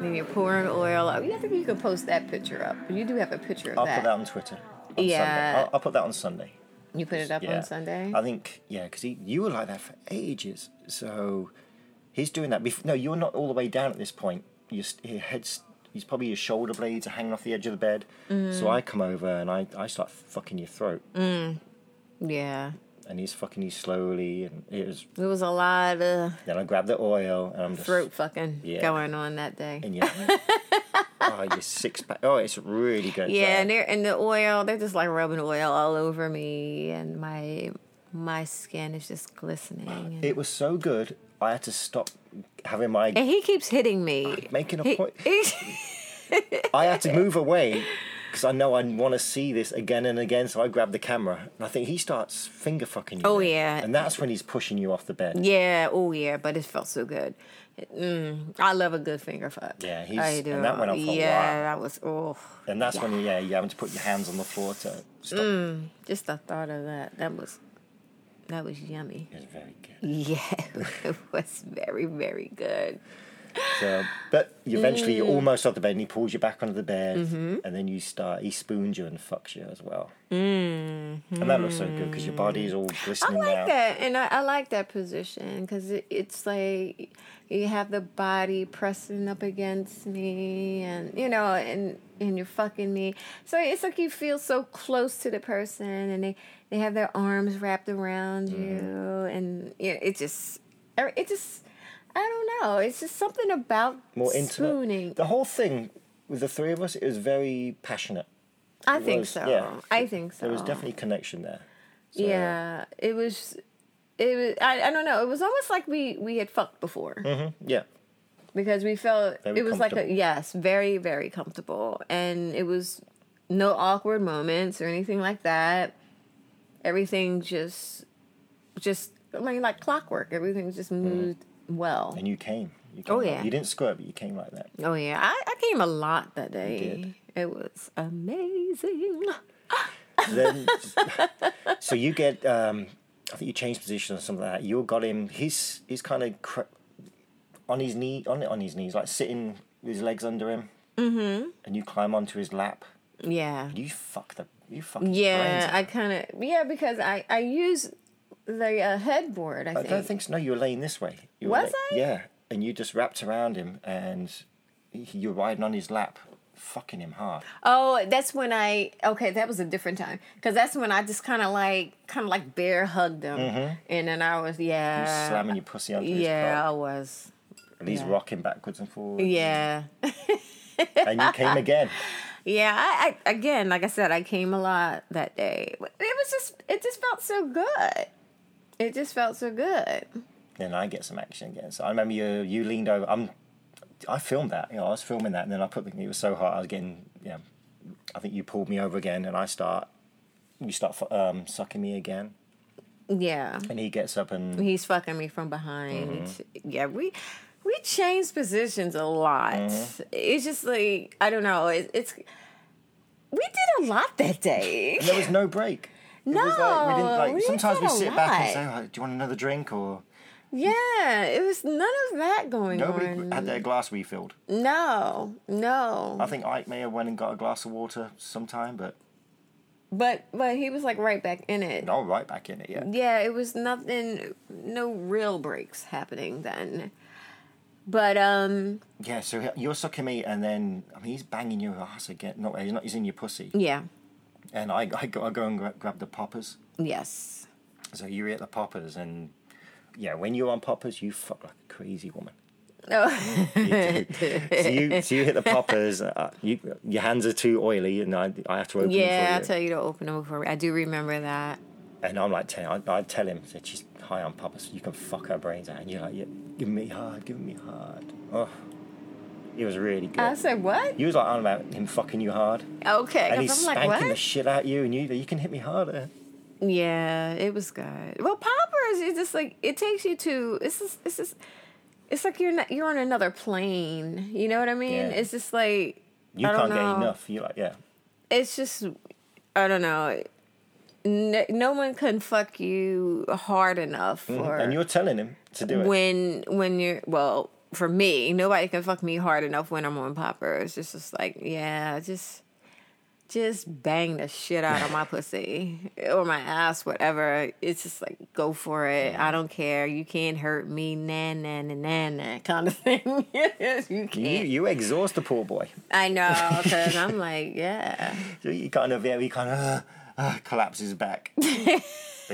Speaker 1: Then you're pouring oil. out. I think you can post that picture up. You do have a picture of
Speaker 2: I'll
Speaker 1: that.
Speaker 2: put that on Twitter. on
Speaker 1: Yeah.
Speaker 2: Sunday. I'll, I'll put that on Sunday.
Speaker 1: You put it up
Speaker 2: Yeah.
Speaker 1: on Sunday.
Speaker 2: I think yeah, because you were like that for ages. So he's doing that. Bef- no, you're not all the way down at this point. Your, s- your head's he's probably your shoulder blades are hanging off the edge of the bed.
Speaker 1: Mm.
Speaker 2: So I come over and I, I start fucking your throat,
Speaker 1: yeah,
Speaker 2: and he's fucking you slowly, and it was.
Speaker 1: it was a lot of
Speaker 2: Then I grab the oil and I'm just
Speaker 1: throat fucking
Speaker 2: Yeah.
Speaker 1: going on that day.
Speaker 2: in your. (laughs) oh, your six pack. Oh, it's really good.
Speaker 1: Yeah, and they're and the oil, they're just like rubbing oil all over me and my my skin is just glistening. And,
Speaker 2: it was so good. I had to stop having my
Speaker 1: and he keeps hitting me.
Speaker 2: making a
Speaker 1: He-
Speaker 2: point.
Speaker 1: he-
Speaker 2: I had
Speaker 1: (laughs)
Speaker 2: to move away because I know I want to see this again and again. So I grabbed the camera and I think he starts finger fucking you.
Speaker 1: Oh,
Speaker 2: there.
Speaker 1: yeah.
Speaker 2: and that's when he's pushing you off the
Speaker 1: (laughs)
Speaker 2: bed.
Speaker 1: yeah, oh yeah, but it felt so good. Mm, I love a good finger fuck.
Speaker 2: Yeah, he's-
Speaker 1: I
Speaker 2: and that went on for a
Speaker 1: yeah,
Speaker 2: while.
Speaker 1: that was oh,
Speaker 2: And that's when yeah, you're having to put your hands on the floor to stop.
Speaker 1: Mm. just the thought of that. That was that was yummy.
Speaker 2: It's very good.
Speaker 1: Yeah, (laughs) it was very very good.
Speaker 2: So, but eventually you're
Speaker 1: Mm.
Speaker 2: almost off the bed and he pulls you back onto the bed
Speaker 1: Mm-hmm.
Speaker 2: and then you start. He spoons you and fucks you as well. Mm-hmm. And that looks so good because your body is all
Speaker 1: I
Speaker 2: glistening
Speaker 1: like
Speaker 2: now.
Speaker 1: that, and I, I like that position because it, it's like you have the body pressing up against me, and you know, and and you're fucking me. So it's like you feel so close to the person, and they they have their arms wrapped around
Speaker 2: Mm-hmm.
Speaker 1: you, and you know, it just er, it just I don't know. It's just something about
Speaker 2: More intimate.
Speaker 1: spooning.
Speaker 2: The whole thing with the three of us is very passionate.
Speaker 1: I
Speaker 2: It
Speaker 1: think
Speaker 2: was-
Speaker 1: so.
Speaker 2: yeah.
Speaker 1: I think so.
Speaker 2: There was definitely connection there. So,
Speaker 1: yeah. It was. It was. I, I don't know. It was almost like we we had fucked before.
Speaker 2: Yeah.
Speaker 1: because we felt
Speaker 2: Very
Speaker 1: it was like a
Speaker 2: comfortable.
Speaker 1: yes, very very comfortable, and it was no awkward moments or anything like that. Everything just, just I mean, like clockwork. Everything just
Speaker 2: Mm-hmm.
Speaker 1: moved well.
Speaker 2: And you came. You came
Speaker 1: Oh,
Speaker 2: like-
Speaker 1: yeah.
Speaker 2: You didn't squirt, but you came like that.
Speaker 1: Oh yeah, I, I came a lot that
Speaker 2: did.
Speaker 1: day. It was
Speaker 2: (gasps)
Speaker 1: amazing. (laughs)
Speaker 2: then, so you get. Um, I think you changed position or something like that. You got him. He's he's kind of cr- on his knee on on his knees, like sitting with his legs under him. Mm-hmm. And you climb onto his lap.
Speaker 1: Yeah.
Speaker 2: You fuck the. You fucking.
Speaker 1: Yeah,
Speaker 2: brains
Speaker 1: I
Speaker 2: out.
Speaker 1: kind of yeah because I I use the uh, headboard. I,
Speaker 2: I
Speaker 1: think.
Speaker 2: don't think so. No, you were laying this way. You were
Speaker 1: Was
Speaker 2: lay-
Speaker 1: I?
Speaker 2: Yeah, and you just wrapped around him, and he- you were riding on his lap, fucking him hard.
Speaker 1: Oh, that's when I okay. That was a different time because that's when I just kind of like kind of like bear hugged him, and then I was yeah,
Speaker 2: slamming your pussy onto his
Speaker 1: Uh, yeah, I
Speaker 2: cock.
Speaker 1: was
Speaker 2: And he's
Speaker 1: yeah.
Speaker 2: rocking backwards and forwards.
Speaker 1: yeah, (laughs)
Speaker 2: and you came again.
Speaker 1: yeah. I, I again, like I said, I came a lot that day. It was just it just felt so good. It just felt so good.
Speaker 2: Then I get some action again. So I remember you you leaned over. I'm I filmed that. You know, I was filming that, and then I put the, it was so hot. I was getting yeah. I think you pulled me over again, and I start you start fu- um, sucking me again,
Speaker 1: Yeah,
Speaker 2: and he gets up and
Speaker 1: he's fucking me from behind. Yeah, we. We changed positions a lot. It's just like I don't know. It, it's we did a lot that day.
Speaker 2: there was no break.
Speaker 1: No,
Speaker 2: it was like, we didn't like.
Speaker 1: we
Speaker 2: sometimes we
Speaker 1: did a
Speaker 2: sit back and
Speaker 1: lot.
Speaker 2: say, oh, "Do you want another drink?" Or
Speaker 1: Yeah, it was none of that going
Speaker 2: nobody
Speaker 1: on.
Speaker 2: had their glass refilled.
Speaker 1: no, no.
Speaker 2: I think Ike may have went and got a glass of water sometime, but
Speaker 1: But but he was like right back in it.
Speaker 2: no, right back in it. Yeah,
Speaker 1: Yeah, it was nothing. No real breaks happening then. But um,
Speaker 2: yeah. So he- you're sucking me, and then I mean, he's banging your ass again. No, he's not. He's in your pussy.
Speaker 1: yeah,
Speaker 2: And I, I, go, I go and gra- grab the poppers.
Speaker 1: yes, (laughs)
Speaker 2: So you eat the poppers, and yeah, when you're on poppers, you fuck like a crazy woman. (laughs)
Speaker 1: oh,
Speaker 2: So you, so you hit the poppers. Uh, you, your hands are too oily, and I, I have to open
Speaker 1: yeah. I'll
Speaker 2: them for you.
Speaker 1: tell you to open them for me. I do remember that.
Speaker 2: and I'm like, tell, I, I tell him that she's high on poppers. You can fuck her brains out, and you're like, yeah, give me hard, give me hard. Oh, it was really good.
Speaker 1: I said what?
Speaker 2: you was like on about him fucking you hard,
Speaker 1: Okay,
Speaker 2: and
Speaker 1: 'cause
Speaker 2: he's
Speaker 1: I'm
Speaker 2: spanking
Speaker 1: like what?
Speaker 2: the shit out you, and you you can hit me harder.
Speaker 1: Yeah, it was good. Well, poppers is just like it takes you to. It's just it's just it's like you're not you're on another plane. You know what I mean?
Speaker 2: Yeah.
Speaker 1: It's just like
Speaker 2: You
Speaker 1: I don't
Speaker 2: can't
Speaker 1: know.
Speaker 2: get enough. You're like, yeah.
Speaker 1: It's just I don't know. no, no one can fuck you hard enough for
Speaker 2: Mm-hmm. And you're telling him to do it.
Speaker 1: when when you're well for me nobody can fuck me hard enough when i'm on poppers it's just like yeah just just bang the shit out of my
Speaker 2: (laughs)
Speaker 1: pussy or my ass whatever it's just like go for it i don't care you can't hurt me na na na na na kind of (laughs) thing you
Speaker 2: You,
Speaker 1: can't
Speaker 2: you exhaust the poor boy. (laughs)
Speaker 1: i know because i'm like yeah
Speaker 2: So he kind of yeah, he kind of uh, uh,
Speaker 1: (laughs)
Speaker 2: collapses back. then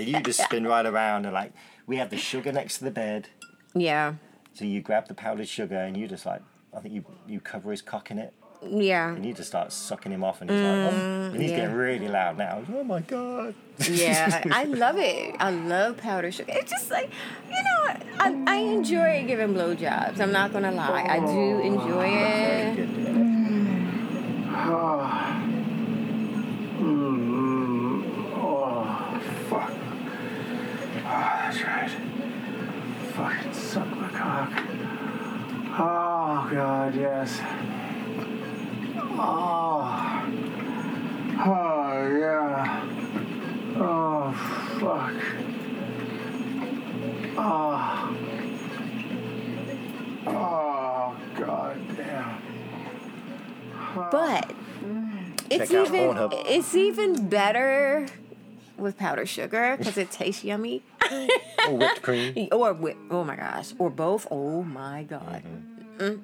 Speaker 2: you just spin right around and like we have the sugar next to the bed.
Speaker 1: yeah
Speaker 2: So you grab the powdered sugar and you just like I think you you cover his cock in it
Speaker 1: yeah
Speaker 2: and you just start sucking him off and he's like oh, and he's
Speaker 1: Mm, yeah.
Speaker 2: getting really loud now. Oh my god. (laughs)
Speaker 1: Yeah, I love it. I love powder sugar. It's just like, you know, I, I enjoy giving blowjobs. I'm not gonna lie, I do enjoy
Speaker 2: Very
Speaker 1: it.
Speaker 2: good.
Speaker 5: Oh, fuck. Ah, that's right. Fucking suck my cock. Oh, God, yes. Oh. Oh, yeah. Oh, fuck. Oh. Oh, God damn.
Speaker 1: But it's
Speaker 2: Check out
Speaker 1: even
Speaker 2: Pornhub.
Speaker 1: it's even better with powder sugar because it tastes yummy.
Speaker 2: All whipped
Speaker 1: (laughs)
Speaker 2: cream.
Speaker 1: Or with, oh my gosh, or both. Oh my god.
Speaker 2: Or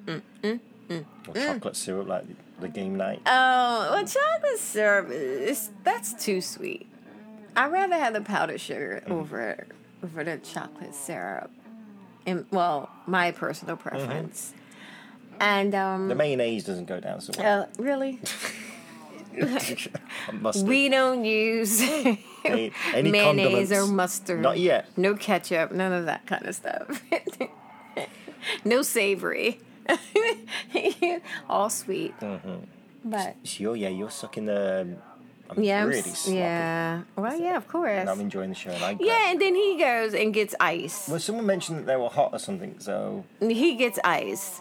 Speaker 2: chocolate syrup like the game night.
Speaker 1: Oh, well, chocolate syrup is that's too sweet. I'd rather have the powdered sugar
Speaker 2: Mm.
Speaker 1: over over the chocolate syrup. And well, my personal
Speaker 2: Mm-hmm.
Speaker 1: preference. And
Speaker 2: The
Speaker 1: um
Speaker 2: mayonnaise doesn't go down so
Speaker 1: (laughs)
Speaker 2: well. (laughs)
Speaker 1: uh, really,
Speaker 2: Mustard.
Speaker 1: we don't use
Speaker 2: (laughs) Any- any
Speaker 1: (laughs) mayonnaise or
Speaker 2: condiments.
Speaker 1: mustard.
Speaker 2: Not yet.
Speaker 1: No ketchup, none of that kind of stuff. (laughs) no savory. (laughs) All sweet. But
Speaker 2: So you're, yeah, you're sucking the. Mm-hmm. I'm
Speaker 1: yeah, I'm
Speaker 2: really
Speaker 1: s-
Speaker 2: sloppy.
Speaker 1: yeah. Well, yeah, of course.
Speaker 2: And I'm enjoying the show. And I grab-
Speaker 1: Yeah, and then he goes and gets ice.
Speaker 2: Well, someone mentioned that they were hot or something, so
Speaker 1: He gets ice.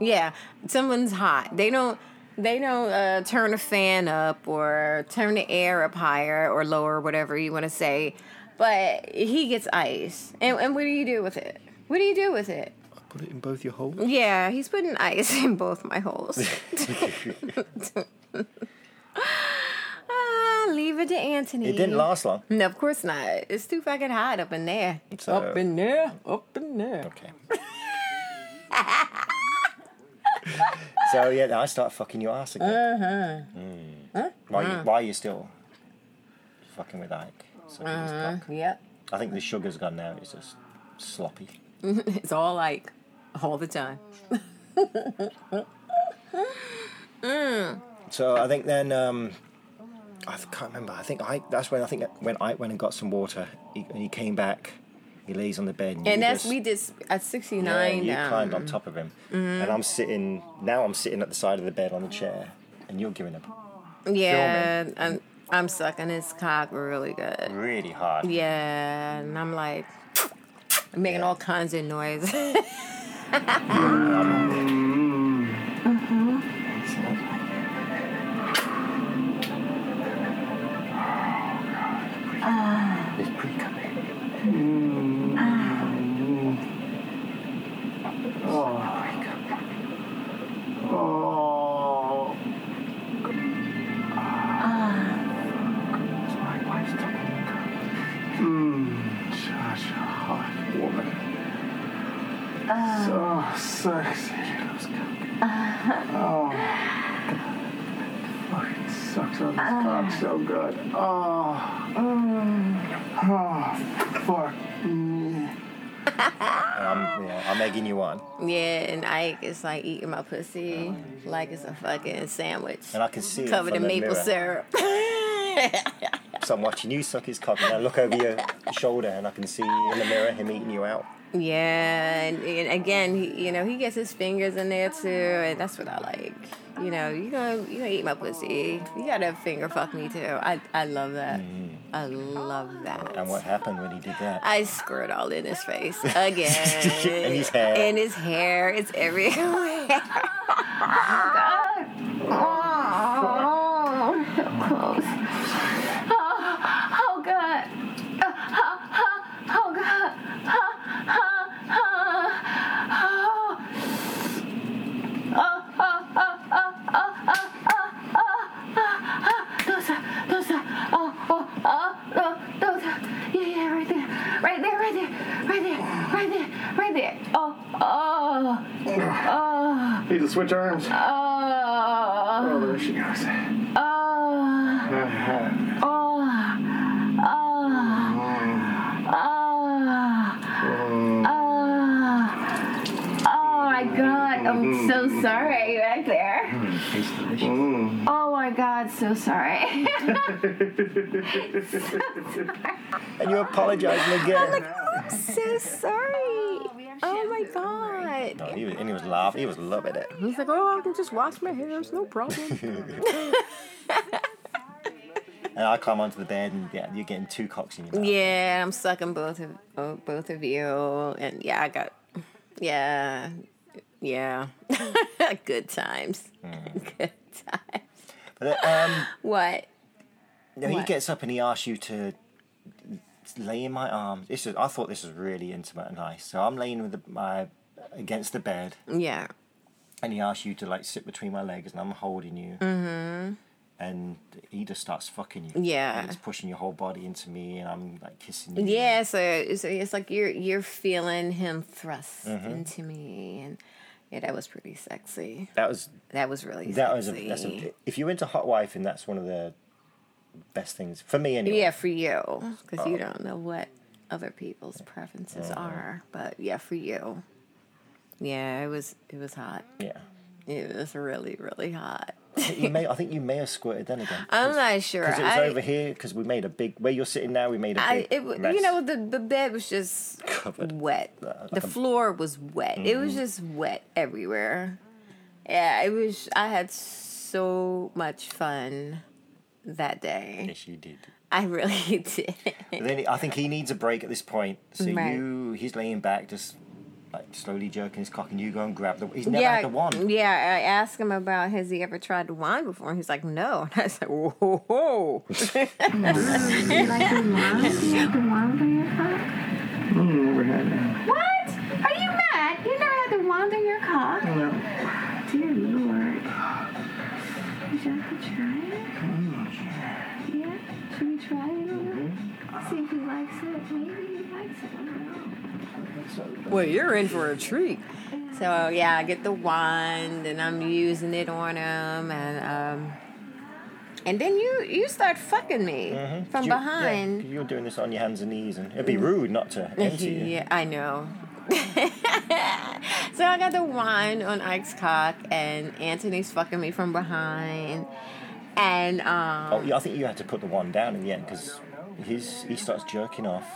Speaker 1: Yeah, someone's hot. They don't. They don't uh, turn a fan up or turn the air up higher or lower, whatever you want to say. But he gets ice, and, and what do you do with it? What do you do with it?
Speaker 2: put it in both your holes.
Speaker 1: Yeah, he's putting ice (laughs) in both my
Speaker 2: (laughs)
Speaker 1: holes. ah, leave it to Anthony.
Speaker 2: It didn't last long.
Speaker 1: No, of course not. It's too fucking hot up in there.
Speaker 2: So-
Speaker 1: up in there. Up in there.
Speaker 2: Okay. (laughs) so yeah, I start fucking your ass again. Uh-huh.
Speaker 1: Uh-huh.
Speaker 2: While, you, while you're still fucking with Ike. So he was
Speaker 1: Uh-huh.
Speaker 2: cock.
Speaker 1: Yep.
Speaker 2: I think the sugar's gone now. It's just sloppy.
Speaker 1: It's all like all the time.
Speaker 2: So I think then um, I can't remember. I think Ike. That's when I think when Ike went and got some water, he, and he came back. He lays on the bed. you
Speaker 1: And that's
Speaker 2: just-
Speaker 1: we did s- at sixty
Speaker 2: Yeah,
Speaker 1: nine.
Speaker 2: you
Speaker 1: um,
Speaker 2: climbed on top of him,
Speaker 1: Mm-hmm.
Speaker 2: and I'm sitting now. I'm sitting at the side of the bed on the chair, and you're giving up
Speaker 1: yeah, I'm I'm sucking his cock really good.
Speaker 2: really hard.
Speaker 1: Yeah, and I'm like making all kinds of noise.
Speaker 2: It's pretty coming.
Speaker 5: Oh. My wife's Mmm, such a hot woman. so sexy. Oh. Fucking sucks on this cock so good. Oh. Oh, fuck. Mm.
Speaker 2: I'm, Um, yeah, I'm egging you on,
Speaker 1: (laughs) yeah, and Ike is like eating my pussy like it's a fucking sandwich
Speaker 2: and I can see it
Speaker 1: covered in
Speaker 2: from the
Speaker 1: maple
Speaker 2: mirror.
Speaker 1: syrup. (laughs)
Speaker 2: (laughs) So I'm watching you suck his cock, and I look over your (laughs) shoulder, and I can see in the mirror him eating you out.
Speaker 1: Yeah, and, and again, he, you know, he gets his fingers in there too, and that's what I like. You know, you gonna you gonna eat my pussy. You gotta finger fuck me too. I I love that. I love
Speaker 2: Mm. And
Speaker 1: that.
Speaker 2: what happened when he did that?
Speaker 1: I squirt all in his face
Speaker 2: (laughs)
Speaker 1: again.
Speaker 2: And his hair.
Speaker 1: And his hair. It's (laughs)
Speaker 2: (laughs)
Speaker 1: everywhere.
Speaker 4: Oh, so close. Oh, oh there. Oh, oh, oh,
Speaker 5: Need to switch arms.
Speaker 4: oh,
Speaker 5: Oh, there she (laughs) goes.
Speaker 4: oh,
Speaker 5: Uh-huh.
Speaker 4: oh, oh. Ah, ah, oh my god, I'm so sorry right there.
Speaker 5: Mm.
Speaker 4: Oh my god, so sorry.
Speaker 2: And you apologising again.
Speaker 1: I'm so sorry. Oh my god.
Speaker 2: Oh, he was, and he was laughing. He was loving it.
Speaker 1: He's like, oh, I can just wash my hair. It's no problem.
Speaker 2: And I climb onto the bed, and yeah, you're getting two cocks in your mouth.
Speaker 1: Yeah, I'm sucking both of oh, both of you, and yeah, I got, yeah, yeah, (laughs) good times,
Speaker 2: Mm.
Speaker 1: (laughs) good times.
Speaker 2: But, um,
Speaker 1: What?
Speaker 2: No, he
Speaker 1: What?
Speaker 2: gets up and he asks you to lay in my arms. This is, I thought this was really intimate and nice. So I'm laying with the, my against the bed,
Speaker 1: Yeah,
Speaker 2: and he asks you to like sit between my legs, and I'm holding you. And he just starts fucking you.
Speaker 1: Mm-hmm. Yeah.
Speaker 2: And he's pushing your whole body into me, and I'm like kissing you.
Speaker 1: yeah. So, so it's like you're you're feeling him thrust
Speaker 2: Mm-hmm.
Speaker 1: into me, and yeah, that was pretty sexy.
Speaker 2: That was
Speaker 1: That was really
Speaker 2: that was a,
Speaker 1: sexy.
Speaker 2: that's a, if you're into hot wifing, that's one of the best things for me anyway.
Speaker 1: yeah, for you, because
Speaker 2: Oh.
Speaker 1: you don't know what other people's preferences
Speaker 2: Mm-hmm.
Speaker 1: are, but yeah, for you. Yeah, it was it was hot.
Speaker 2: Yeah.
Speaker 1: It was really, really hot.
Speaker 2: You may, I think you may have squirted then again.
Speaker 1: (laughs) I'm not sure.
Speaker 2: Because it was
Speaker 1: I,
Speaker 2: over here, because we made a big, where you're sitting now, we made a
Speaker 1: I,
Speaker 2: big
Speaker 1: it, w-
Speaker 2: mess.
Speaker 1: you know, the, the bed was just
Speaker 2: (laughs) Covered.
Speaker 1: wet. The floor was wet. It was
Speaker 2: Mm-hmm.
Speaker 1: just wet everywhere. Yeah, it was. I had so much fun that day.
Speaker 2: Yes, you did.
Speaker 1: I really (laughs) did.
Speaker 2: Then I think he needs a break at this point. So
Speaker 1: Right.
Speaker 2: you, he's laying back, just like slowly jerking his cock, and you go and grab the. He's never
Speaker 1: yeah,
Speaker 2: had the wand.
Speaker 1: yeah. I asked him about has he ever tried the wine before, and he's like, no. (laughs) And I was like, whoa. whoa.
Speaker 5: Never had that.
Speaker 4: what? Are you mad? You never had to wander your cock? Dear Lord. Would you like to try it? Yeah? Should we try it on him? See if he likes it. Maybe he likes it. I don't know.
Speaker 1: Well, you're in for a treat. So yeah, I get the wand and I'm using it on him, and um, and then you you start fucking me from
Speaker 2: Mm-hmm. You- yeah,
Speaker 1: behind.
Speaker 2: you're doing this on your hands and knees, and it'd be rude not to empty you.
Speaker 1: yeah, I know. (laughs) so I got the wand on Ike's cock, and Anthony's fucking me from behind, and um,
Speaker 2: Oh, yeah, I think you had to put the wand down in the end because his he starts jerking off,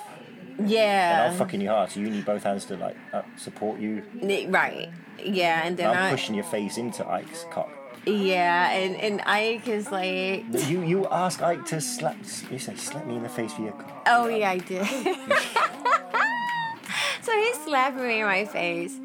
Speaker 2: and I'm
Speaker 1: yeah,
Speaker 2: fucking you hard, so you need both hands to like uh, support you.
Speaker 1: Ni- right, yeah, and then
Speaker 2: And I'm
Speaker 1: I,
Speaker 2: pushing your face into Ike's cock.
Speaker 1: yeah, and and Ike is like,
Speaker 2: But You you ask Ike to slap. You say slap me in the face for your cock.
Speaker 1: Oh yeah, I did. (laughs) so he slapped me in my face,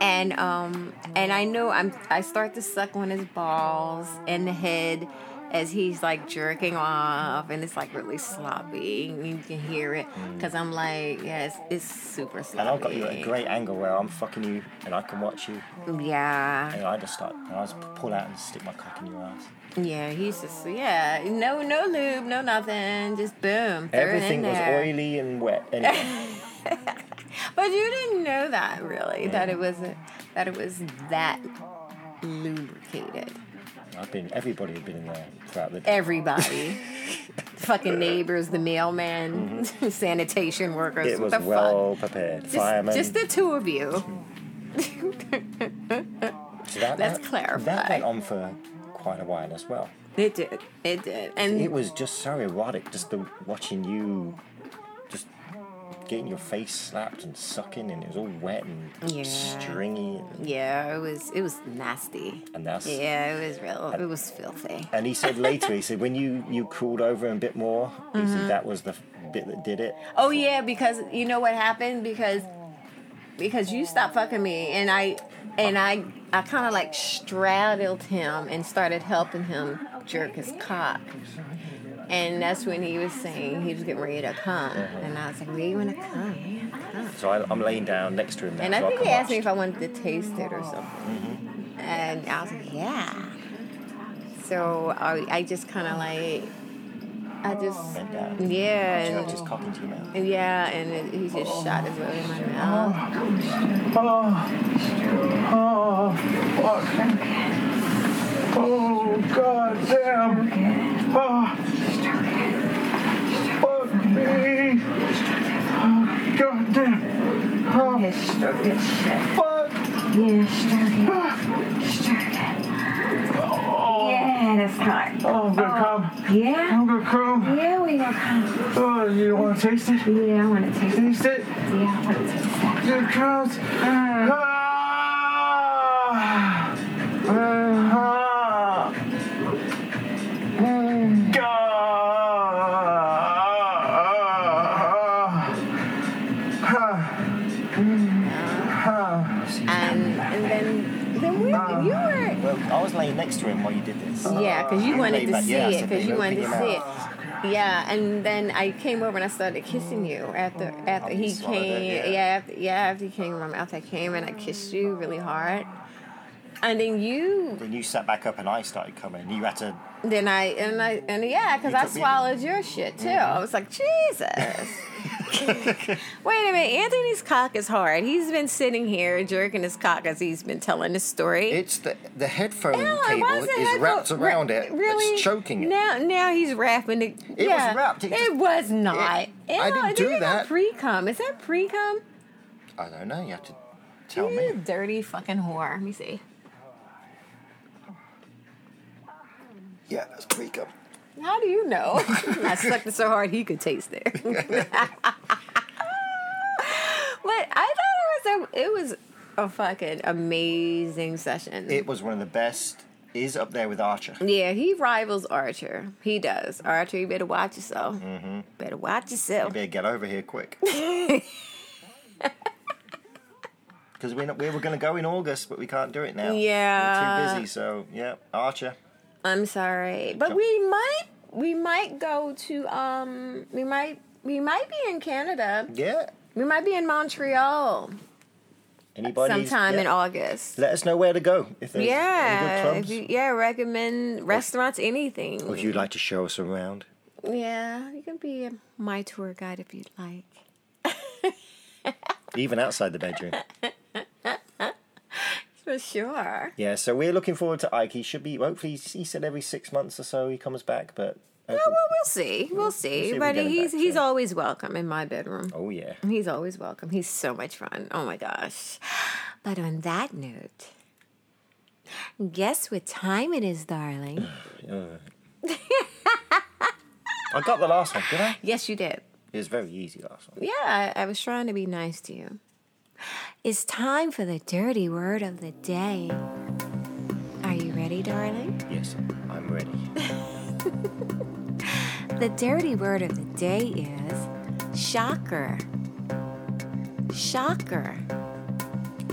Speaker 1: and um, and I know I'm. I start to suck on his balls and the head as he's like jerking off, and it's like really sloppy. and You can hear it because I'm like, yes, it's, super sloppy.
Speaker 2: And I've got you at a great angle where I'm fucking you and I can watch you.
Speaker 1: Yeah,
Speaker 2: And I just start, and I just pull out and stick my cock in your ass.
Speaker 1: yeah. He's just yeah. No, no lube, no nothing. Just boom. throw it in
Speaker 2: Everything was
Speaker 1: there.
Speaker 2: oily and
Speaker 1: (laughs)
Speaker 2: wet. Anyway,
Speaker 1: But you didn't know that really that it wasn't that it was that lubricated.
Speaker 2: I've been, everybody had been in there throughout the day. (laughs)
Speaker 1: Everybody, fucking neighbors, the mailman, (laughs) sanitation workers.
Speaker 2: Mm-hmm. It was
Speaker 1: what the fuck?
Speaker 2: well prepared. Firemen.
Speaker 1: Just, just the two of you.
Speaker 2: So that,
Speaker 1: let's
Speaker 2: that-
Speaker 1: clarify.
Speaker 2: That went on for quite a while as well.
Speaker 1: It did. It did. And
Speaker 2: It was just so erotic, just the watching you, just getting your face slapped and sucking, and it was all wet and
Speaker 1: Yeah.
Speaker 2: stringy.
Speaker 1: yeah, it was. It was nasty.
Speaker 2: And that's
Speaker 1: Yeah, it was real. It was filthy.
Speaker 2: And he said later, he said when you you cooled over a bit more, he
Speaker 1: Mm-hmm.
Speaker 2: said that was the f- bit that did it.
Speaker 1: Oh yeah, because you know what happened because because you stopped fucking me and I and I I kind of like straddled him and started helping him jerk his cock. And that's when he was saying he was getting ready to come, and I was like, "Where you wanna come?"
Speaker 2: So I, I'm laying down next to him now.
Speaker 1: And
Speaker 2: so
Speaker 1: I think
Speaker 2: can
Speaker 1: he asked
Speaker 2: watch. Mm-hmm.
Speaker 1: me if I wanted to taste it or something, and I was like, "Yeah." So I, I just kind of like I just,
Speaker 2: bent down.
Speaker 1: yeah,
Speaker 2: She
Speaker 1: and,
Speaker 2: just cock into your mouth.
Speaker 1: yeah, and it, he just shot his way in my mouth.
Speaker 5: Oh, fuck. Oh, god damn. Oh, fuck me. Oh, god damn. Oh,
Speaker 6: Start it.
Speaker 5: fuck.
Speaker 6: Yeah, start it. Start it. Yeah, that's not.
Speaker 5: Oh, I'm gonna come.
Speaker 6: Yeah.
Speaker 5: I'm gonna come.
Speaker 6: Yeah, we gonna come.
Speaker 5: Oh, you don't wanna taste it?
Speaker 6: Yeah, I wanna taste it.
Speaker 5: Taste it?
Speaker 6: Yeah, I wanna taste Uh. that.
Speaker 5: Here it comes. Ah!
Speaker 6: Uh.
Speaker 5: Ah!
Speaker 6: Uh.
Speaker 5: Ah! Ah!
Speaker 1: And, and then, then we, you were,
Speaker 2: Well, I was laying next to him while you did this.
Speaker 1: yeah, because you
Speaker 2: You
Speaker 1: wanted
Speaker 2: laid
Speaker 1: to
Speaker 2: back-
Speaker 1: see
Speaker 2: yeah, I
Speaker 1: it,
Speaker 2: said,
Speaker 1: because
Speaker 2: "Babe,
Speaker 1: you
Speaker 2: open
Speaker 1: wanted to
Speaker 2: your
Speaker 1: see it.
Speaker 2: mouth."
Speaker 1: Yeah, and then I came over and I started kissing Oh, you after after he
Speaker 2: swallowed
Speaker 1: came.
Speaker 2: it,
Speaker 1: yeah.
Speaker 2: yeah.
Speaker 1: after, yeah, after he came in my mouth, I came and I kissed you really hard. And then you,
Speaker 2: Then you sat back up and I started coming. You had to.
Speaker 1: then I, and I, and yeah, because
Speaker 2: You
Speaker 1: I
Speaker 2: took me-
Speaker 1: swallowed your shit too. I was like,
Speaker 2: (laughs)
Speaker 1: Jesus. Wait a minute, Anthony's cock is hard. He's been sitting here jerking his cock as he's been telling this story.
Speaker 2: It's the the headphone
Speaker 1: No, it
Speaker 2: cable
Speaker 1: wasn't. I
Speaker 2: is wrapped
Speaker 1: thought-
Speaker 2: around it.
Speaker 1: Really?
Speaker 2: It's choking it.
Speaker 1: Now, now he's wrapping it.
Speaker 2: It was
Speaker 1: yeah.
Speaker 2: wrapped. It
Speaker 1: It,
Speaker 2: just-
Speaker 1: was not.
Speaker 2: it- I didn't do that.
Speaker 1: Pre cum. Is that pre cum?
Speaker 2: I don't know. You have to tell
Speaker 1: You
Speaker 2: me.
Speaker 1: dirty fucking whore. Let me see.
Speaker 2: Yeah, that's pretty good.
Speaker 1: How do you (laughs) know? I sucked it so hard he could taste it. (laughs) but I thought it was a, it was a fucking amazing session.
Speaker 2: It was one of the best. Is up there with Archer.
Speaker 1: yeah, he rivals Archer. He does. Archer, you better watch yourself. Mm-hmm. Better watch yourself.
Speaker 2: You better get over
Speaker 1: (laughs)
Speaker 2: here quick. Because we we were going to go in August, but we can't do it now.
Speaker 1: Yeah.
Speaker 2: We're too busy. So yeah, Archer.
Speaker 1: I'm sorry, but
Speaker 2: Yep.
Speaker 1: we might we might go to um we might we might be in Canada.
Speaker 2: Yeah.
Speaker 1: We might be in Montreal
Speaker 2: Anybody?
Speaker 1: sometime in
Speaker 2: yeah.
Speaker 1: August.
Speaker 2: Let us know where to go if there's any good
Speaker 1: Yeah,
Speaker 2: clubs.
Speaker 1: if you, yeah. Recommend restaurants, anything.
Speaker 2: Or if you'd like to show us around.
Speaker 1: yeah, you can be my tour guide if you'd like.
Speaker 2: Even outside
Speaker 1: (laughs)
Speaker 2: the bedroom.
Speaker 1: For sure.
Speaker 2: Yeah, so we're looking forward to Ike. He should be, hopefully, he said every six months or so he comes back, but.
Speaker 1: Oh, well, we'll see. We'll see.
Speaker 2: if we
Speaker 1: but
Speaker 2: get him
Speaker 1: he's
Speaker 2: back,
Speaker 1: he's
Speaker 2: yeah.
Speaker 1: always welcome in my bedroom.
Speaker 2: Oh, yeah.
Speaker 1: He's always welcome. He's so much fun. Oh my gosh. But on that note, guess what time it is,
Speaker 2: (sighs)
Speaker 1: darling?
Speaker 2: I got the last one, did I?
Speaker 1: Yes, you did.
Speaker 2: It was very easy last one.
Speaker 1: Yeah, I, I was trying to be nice to you. It's time for the dirty word of the day. Are you ready, darling?
Speaker 2: Yes, I'm ready.
Speaker 1: The dirty word of the day is shocker. Shocker.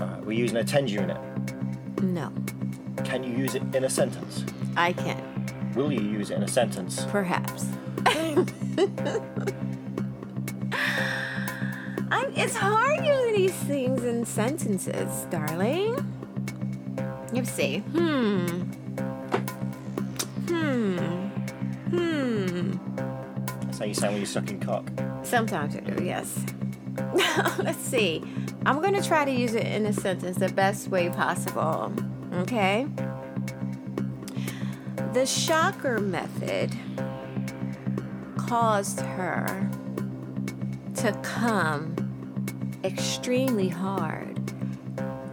Speaker 2: Alright, Uh, we're using a tenju in it.
Speaker 1: No,
Speaker 2: Can you use it in a sentence?
Speaker 1: I can.
Speaker 2: Will you use it in a sentence?
Speaker 1: Perhaps. (laughs) I'm, it's hard using these things in sentences, darling. Let's see. Hmm. Hmm. Hmm.
Speaker 2: That's how you sound when you're sucking cock.
Speaker 1: Sometimes I do, yes. (laughs) Let's see. I'm going to try to use it in a sentence the best way possible. Okay? The shocker method caused her to come extremely hard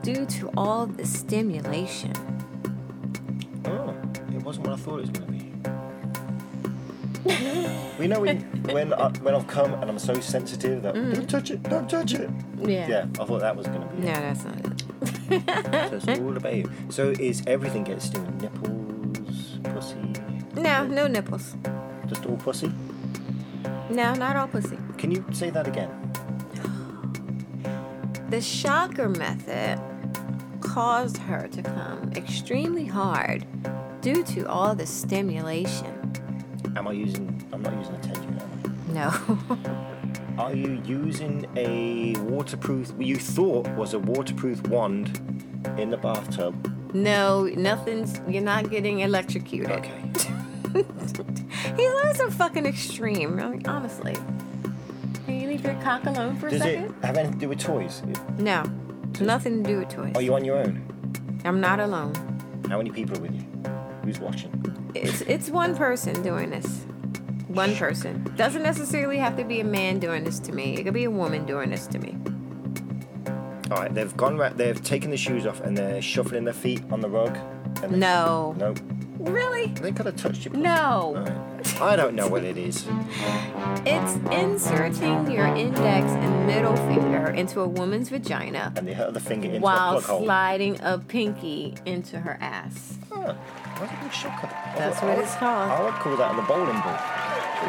Speaker 1: due to all the stimulation.
Speaker 2: Oh, it wasn't what I thought it was going to be. (laughs) we know when when, I, when I've come and I'm so sensitive that don't touch it, don't touch it.
Speaker 1: Yeah.
Speaker 2: Yeah, I thought that was going to be. it.
Speaker 1: No, that's not it.
Speaker 2: So it's all about you. So is everything gets stimulated? Nipples, pussy,
Speaker 1: No, no nipples.
Speaker 2: just all pussy?
Speaker 1: No, not all pussy.
Speaker 2: Can you say that again?
Speaker 1: The shocker method caused her to come extremely hard due to all the stimulation.
Speaker 2: Am I using? I'm not using a tension. Am
Speaker 1: No. (laughs)
Speaker 2: I? Are you using a waterproof? You thought was a waterproof wand in the bathtub?
Speaker 1: (laughs) no, nothing's, you're not getting electrocuted.
Speaker 2: Okay.
Speaker 1: He's always so fucking extreme. I mean, honestly. Can you leave your cock alone for a
Speaker 2: Does it
Speaker 1: second?
Speaker 2: have anything to do with toys?
Speaker 1: No. Nothing to do with toys.
Speaker 2: Are Oh, you on your own?
Speaker 1: I'm not alone.
Speaker 2: How many people are with you? Who's watching?
Speaker 1: It's it's one person doing this. One person. Doesn't necessarily have to be a man doing this to me. It could be a woman doing this to me.
Speaker 2: All right, they've gone. Ra- they've taken the shoes off and they're shuffling their feet on the rug. And they-
Speaker 1: No.
Speaker 2: No.
Speaker 1: Really?
Speaker 2: They could have touched you.
Speaker 1: No.
Speaker 2: I don't know what it is.
Speaker 1: It's inserting your index and middle finger into a woman's vagina
Speaker 2: And the other finger into
Speaker 1: while
Speaker 2: a plug hole.
Speaker 1: sliding a pinky into her ass.
Speaker 2: Huh. What a big shocker. I
Speaker 1: That's
Speaker 2: would-
Speaker 1: what
Speaker 2: I would-
Speaker 1: it's called.
Speaker 2: I would call that the bowling ball.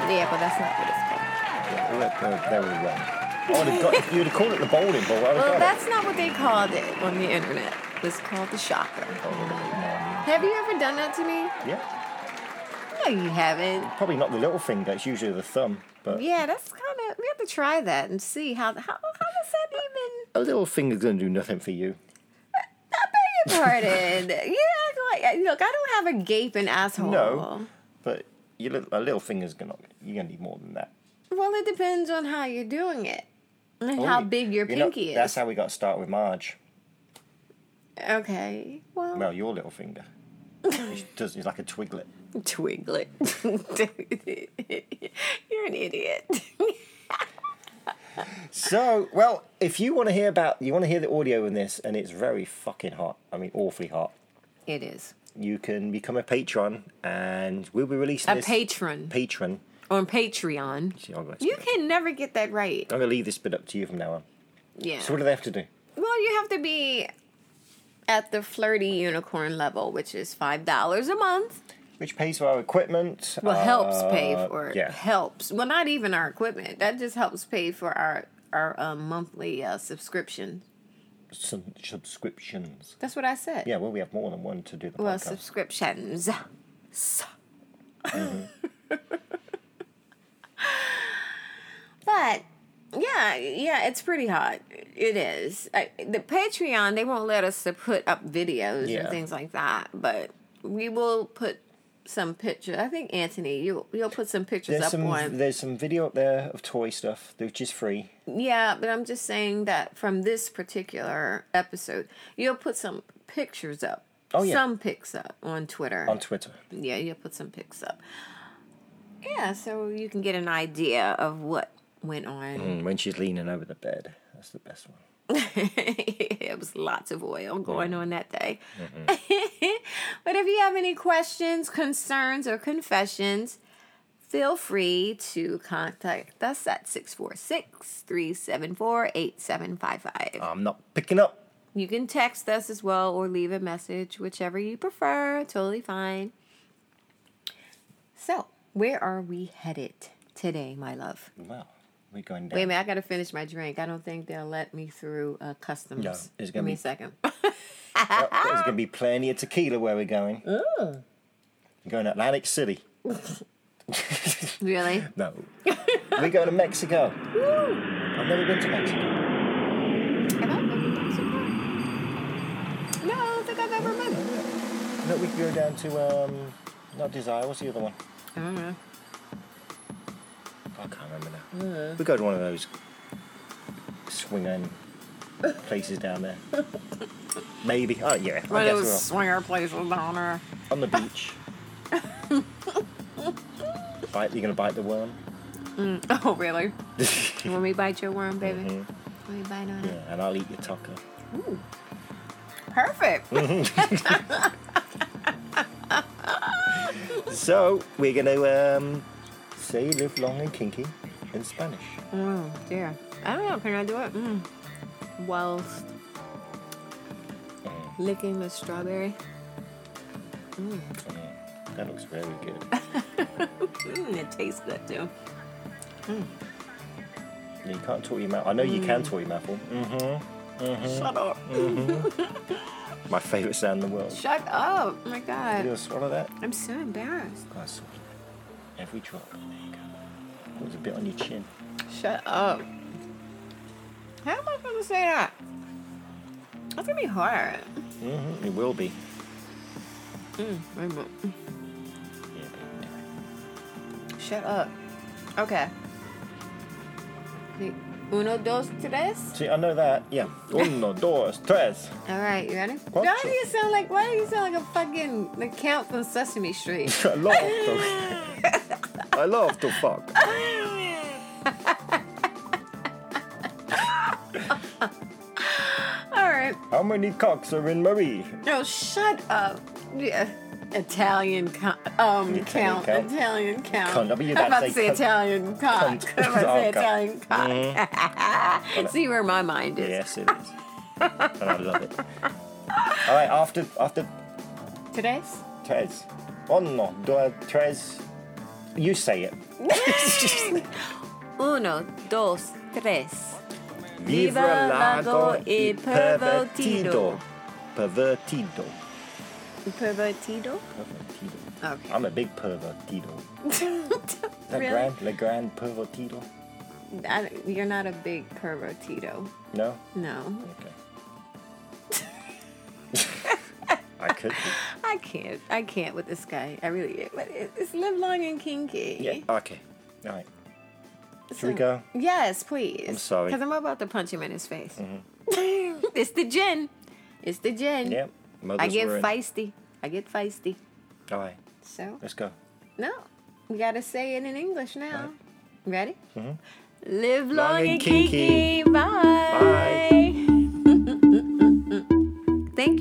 Speaker 1: Yeah, but that's not what it's called.
Speaker 2: Yeah, look, uh, they were wrong. I would have got, you'd have called it the bowling ball. I would have
Speaker 1: Well,
Speaker 2: got
Speaker 1: that's not what they called it on the internet. It's called the shocker. Have you ever done that to me?
Speaker 2: it. Yeah.
Speaker 1: No, you haven't.
Speaker 2: Probably not the little finger. It's usually the thumb. But
Speaker 1: Yeah, that's kind of. We have to try that and see how how how does that even.
Speaker 2: a little finger's going to do nothing for you.
Speaker 1: I beg your pardon. (laughs) you act like look. I don't have a gaping asshole.
Speaker 2: No. But you, li- a little finger's going to... You're going to need more than that.
Speaker 1: Well, it depends on how you're doing it and how
Speaker 2: Well,
Speaker 1: big your
Speaker 2: Oh, you know,
Speaker 1: pinky
Speaker 2: That's
Speaker 1: is.
Speaker 2: how we got started with Marge.
Speaker 1: Okay. Well,
Speaker 2: Well, your little finger. It's,
Speaker 1: (laughs)
Speaker 2: does, it's like a twiglet.
Speaker 1: twiglet. (laughs) you're an idiot.
Speaker 2: So, well, if you want to hear about... You want to hear the audio in this, and it's very fucking hot. I mean, awfully hot.
Speaker 1: it is
Speaker 2: You can become a patron, and we'll be releasing
Speaker 1: a
Speaker 2: this...
Speaker 1: patron
Speaker 2: Patron.
Speaker 1: on Patreon.
Speaker 2: See, I'll go
Speaker 1: You can never get that right.
Speaker 2: I'm gonna leave this bit up to you from now on.
Speaker 1: Yeah.
Speaker 2: So what do they have to do?
Speaker 1: Well, you have to be at the flirty unicorn level, which is five dollars a month.
Speaker 2: Which pays for our equipment?
Speaker 1: Well, helps pay
Speaker 2: uh,
Speaker 1: for it.
Speaker 2: Yeah.
Speaker 1: Helps. Well, not even our equipment. That just helps pay for our our um, monthly uh, subscription.
Speaker 2: Some subscriptions.
Speaker 1: That's what I said.
Speaker 2: Yeah. Well, we have more than one to do the
Speaker 1: Well,
Speaker 2: podcast.
Speaker 1: subscriptions. S-
Speaker 2: Mm-hmm.
Speaker 1: (laughs) but yeah, yeah, it's pretty hot. It is. I, the Patreon they won't let us to put up videos
Speaker 2: Yeah.
Speaker 1: and things like that, but we will put some pictures. I think Anthony, you you'll put some pictures
Speaker 2: there's
Speaker 1: up
Speaker 2: some
Speaker 1: on.
Speaker 2: there's some video up there of toy stuff which is free.
Speaker 1: Yeah, but I'm just saying that from this particular episode, you'll put some pictures up.
Speaker 2: Oh, yeah.
Speaker 1: Some pics up on Twitter.
Speaker 2: on Twitter.
Speaker 1: Yeah, you'll put some pics up. Yeah, so you can get an idea of what went on.
Speaker 2: Mm, when she's leaning over the bed, that's the best one.
Speaker 1: (laughs) it was lots of oil going on that day. (laughs) but if you have any questions, concerns, or confessions, feel free to contact us at 646 374 8755.
Speaker 2: I'm not picking up.
Speaker 1: You can text us as well or leave a message, whichever you prefer. Totally fine. So, where are we headed today, my love?
Speaker 2: Well, we're going down.
Speaker 1: Wait a minute, I gotta finish my drink. I don't think they'll let me through uh, customs.
Speaker 2: No, it's
Speaker 1: Give
Speaker 2: gonna
Speaker 1: me
Speaker 2: be-
Speaker 1: a second. (laughs)
Speaker 2: Yep, there's going to be plenty of tequila where we're going. Ooh. We're going to Atlantic City.
Speaker 1: really?
Speaker 2: No.
Speaker 1: (laughs)
Speaker 2: we go to Mexico. I've never been to Mexico.
Speaker 1: Have I been to Mexico? No, I don't think I've ever been.
Speaker 2: No, we could go down to um, not Desire. What's the other one?
Speaker 1: I don't know.
Speaker 2: I can't remember now. We go to one of those
Speaker 1: (laughs)
Speaker 2: swinging places down there. Maybe. Oh yeah. I
Speaker 1: But it
Speaker 2: guess
Speaker 1: was
Speaker 2: we're
Speaker 1: swinger places down there.
Speaker 2: on the beach. bite. You gonna bite the worm?
Speaker 1: (laughs) Oh,
Speaker 2: (laughs)
Speaker 1: really?
Speaker 2: yeah,
Speaker 1: When we bite your worm, baby?
Speaker 2: Mm-hmm.
Speaker 1: When we bite on it?
Speaker 2: and I'll eat your taco.
Speaker 1: Perfect.
Speaker 2: So we're gonna um, say live long and kinky in Spanish.
Speaker 1: Oh dear. I don't know. Can I do it? Mm. Whilst licking the strawberry.
Speaker 2: Mm, That looks very good.
Speaker 1: Mm, it tastes good too.
Speaker 2: Yeah, you can't talk your mouth. I know you
Speaker 1: Mm.
Speaker 2: can talk your mouth. off.
Speaker 1: Shut up.
Speaker 2: My favourite sound in the world.
Speaker 1: Shut up. Oh my
Speaker 2: You
Speaker 1: god.
Speaker 2: gonna swallow that?
Speaker 1: I'm so embarrassed.
Speaker 2: I swallow it. Every drop. There you go. It was a bit on your chin.
Speaker 1: Shut up. How am I going to say that? That's going to be hard.
Speaker 2: Mm-hmm. It will be.
Speaker 1: Wait a minute.
Speaker 2: Yeah, but you can do it.
Speaker 1: Shut up. Okay. Uno, dos, tres.
Speaker 2: See, I know that. Yeah. Uno, dos, tres.
Speaker 1: All right, you ready?
Speaker 2: Quattro.
Speaker 1: Why do you sound like? Why do you sound like a fucking the count from Sesame Street?
Speaker 2: (laughs) I love to. I love to fuck.
Speaker 1: (laughs) All right.
Speaker 2: How many cocks are in Marie?
Speaker 1: No, shut up. Yeah. Italian co- um
Speaker 2: Italian
Speaker 1: count.
Speaker 2: count.
Speaker 1: Italian count.
Speaker 2: Cunt. I mean, you
Speaker 1: I'm
Speaker 2: gotta
Speaker 1: about to
Speaker 2: say
Speaker 1: say
Speaker 2: cunt.
Speaker 1: Italian cock.
Speaker 2: Cunt.
Speaker 1: I'm about to say
Speaker 2: (laughs) Oh, cunt.
Speaker 1: Italian cock. (laughs) See where my mind is.
Speaker 2: Yes, it is. and I love it. All right, after after (laughs)
Speaker 1: Today's?
Speaker 2: tres. Uno, dos, tres. You say it.
Speaker 1: Uno, dos, tres.
Speaker 2: Viva
Speaker 1: lago e pervertido.
Speaker 2: Pervertido.
Speaker 1: (laughs) Pervertido?
Speaker 2: Pervertido.
Speaker 1: Okay.
Speaker 2: I'm a big pervertido. Le
Speaker 1: really?
Speaker 2: grand, le grand pervertido.
Speaker 1: I, you're not a big pervertido.
Speaker 2: No.
Speaker 1: No.
Speaker 2: Okay.
Speaker 1: (laughs)
Speaker 2: I could. Be.
Speaker 1: I can't. I can't with this guy. I really. But it, it's live long and kinky.
Speaker 2: Yeah. Okay. All right. Should we
Speaker 1: So-
Speaker 2: go?
Speaker 1: Yes, please.
Speaker 2: I'm sorry. Mm-hmm.
Speaker 1: Because I'm about to punch him in his face. (laughs) it's the gin. It's the gin.
Speaker 2: Yep. Mothers
Speaker 1: I get
Speaker 2: were in.
Speaker 1: feisty. I get feisty.
Speaker 2: All right.
Speaker 1: So,
Speaker 2: Let's go.
Speaker 1: no. We got to say it in English now. Ready? Live Mm-hmm. long, and, kinky. Bye. Thank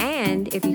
Speaker 1: And if you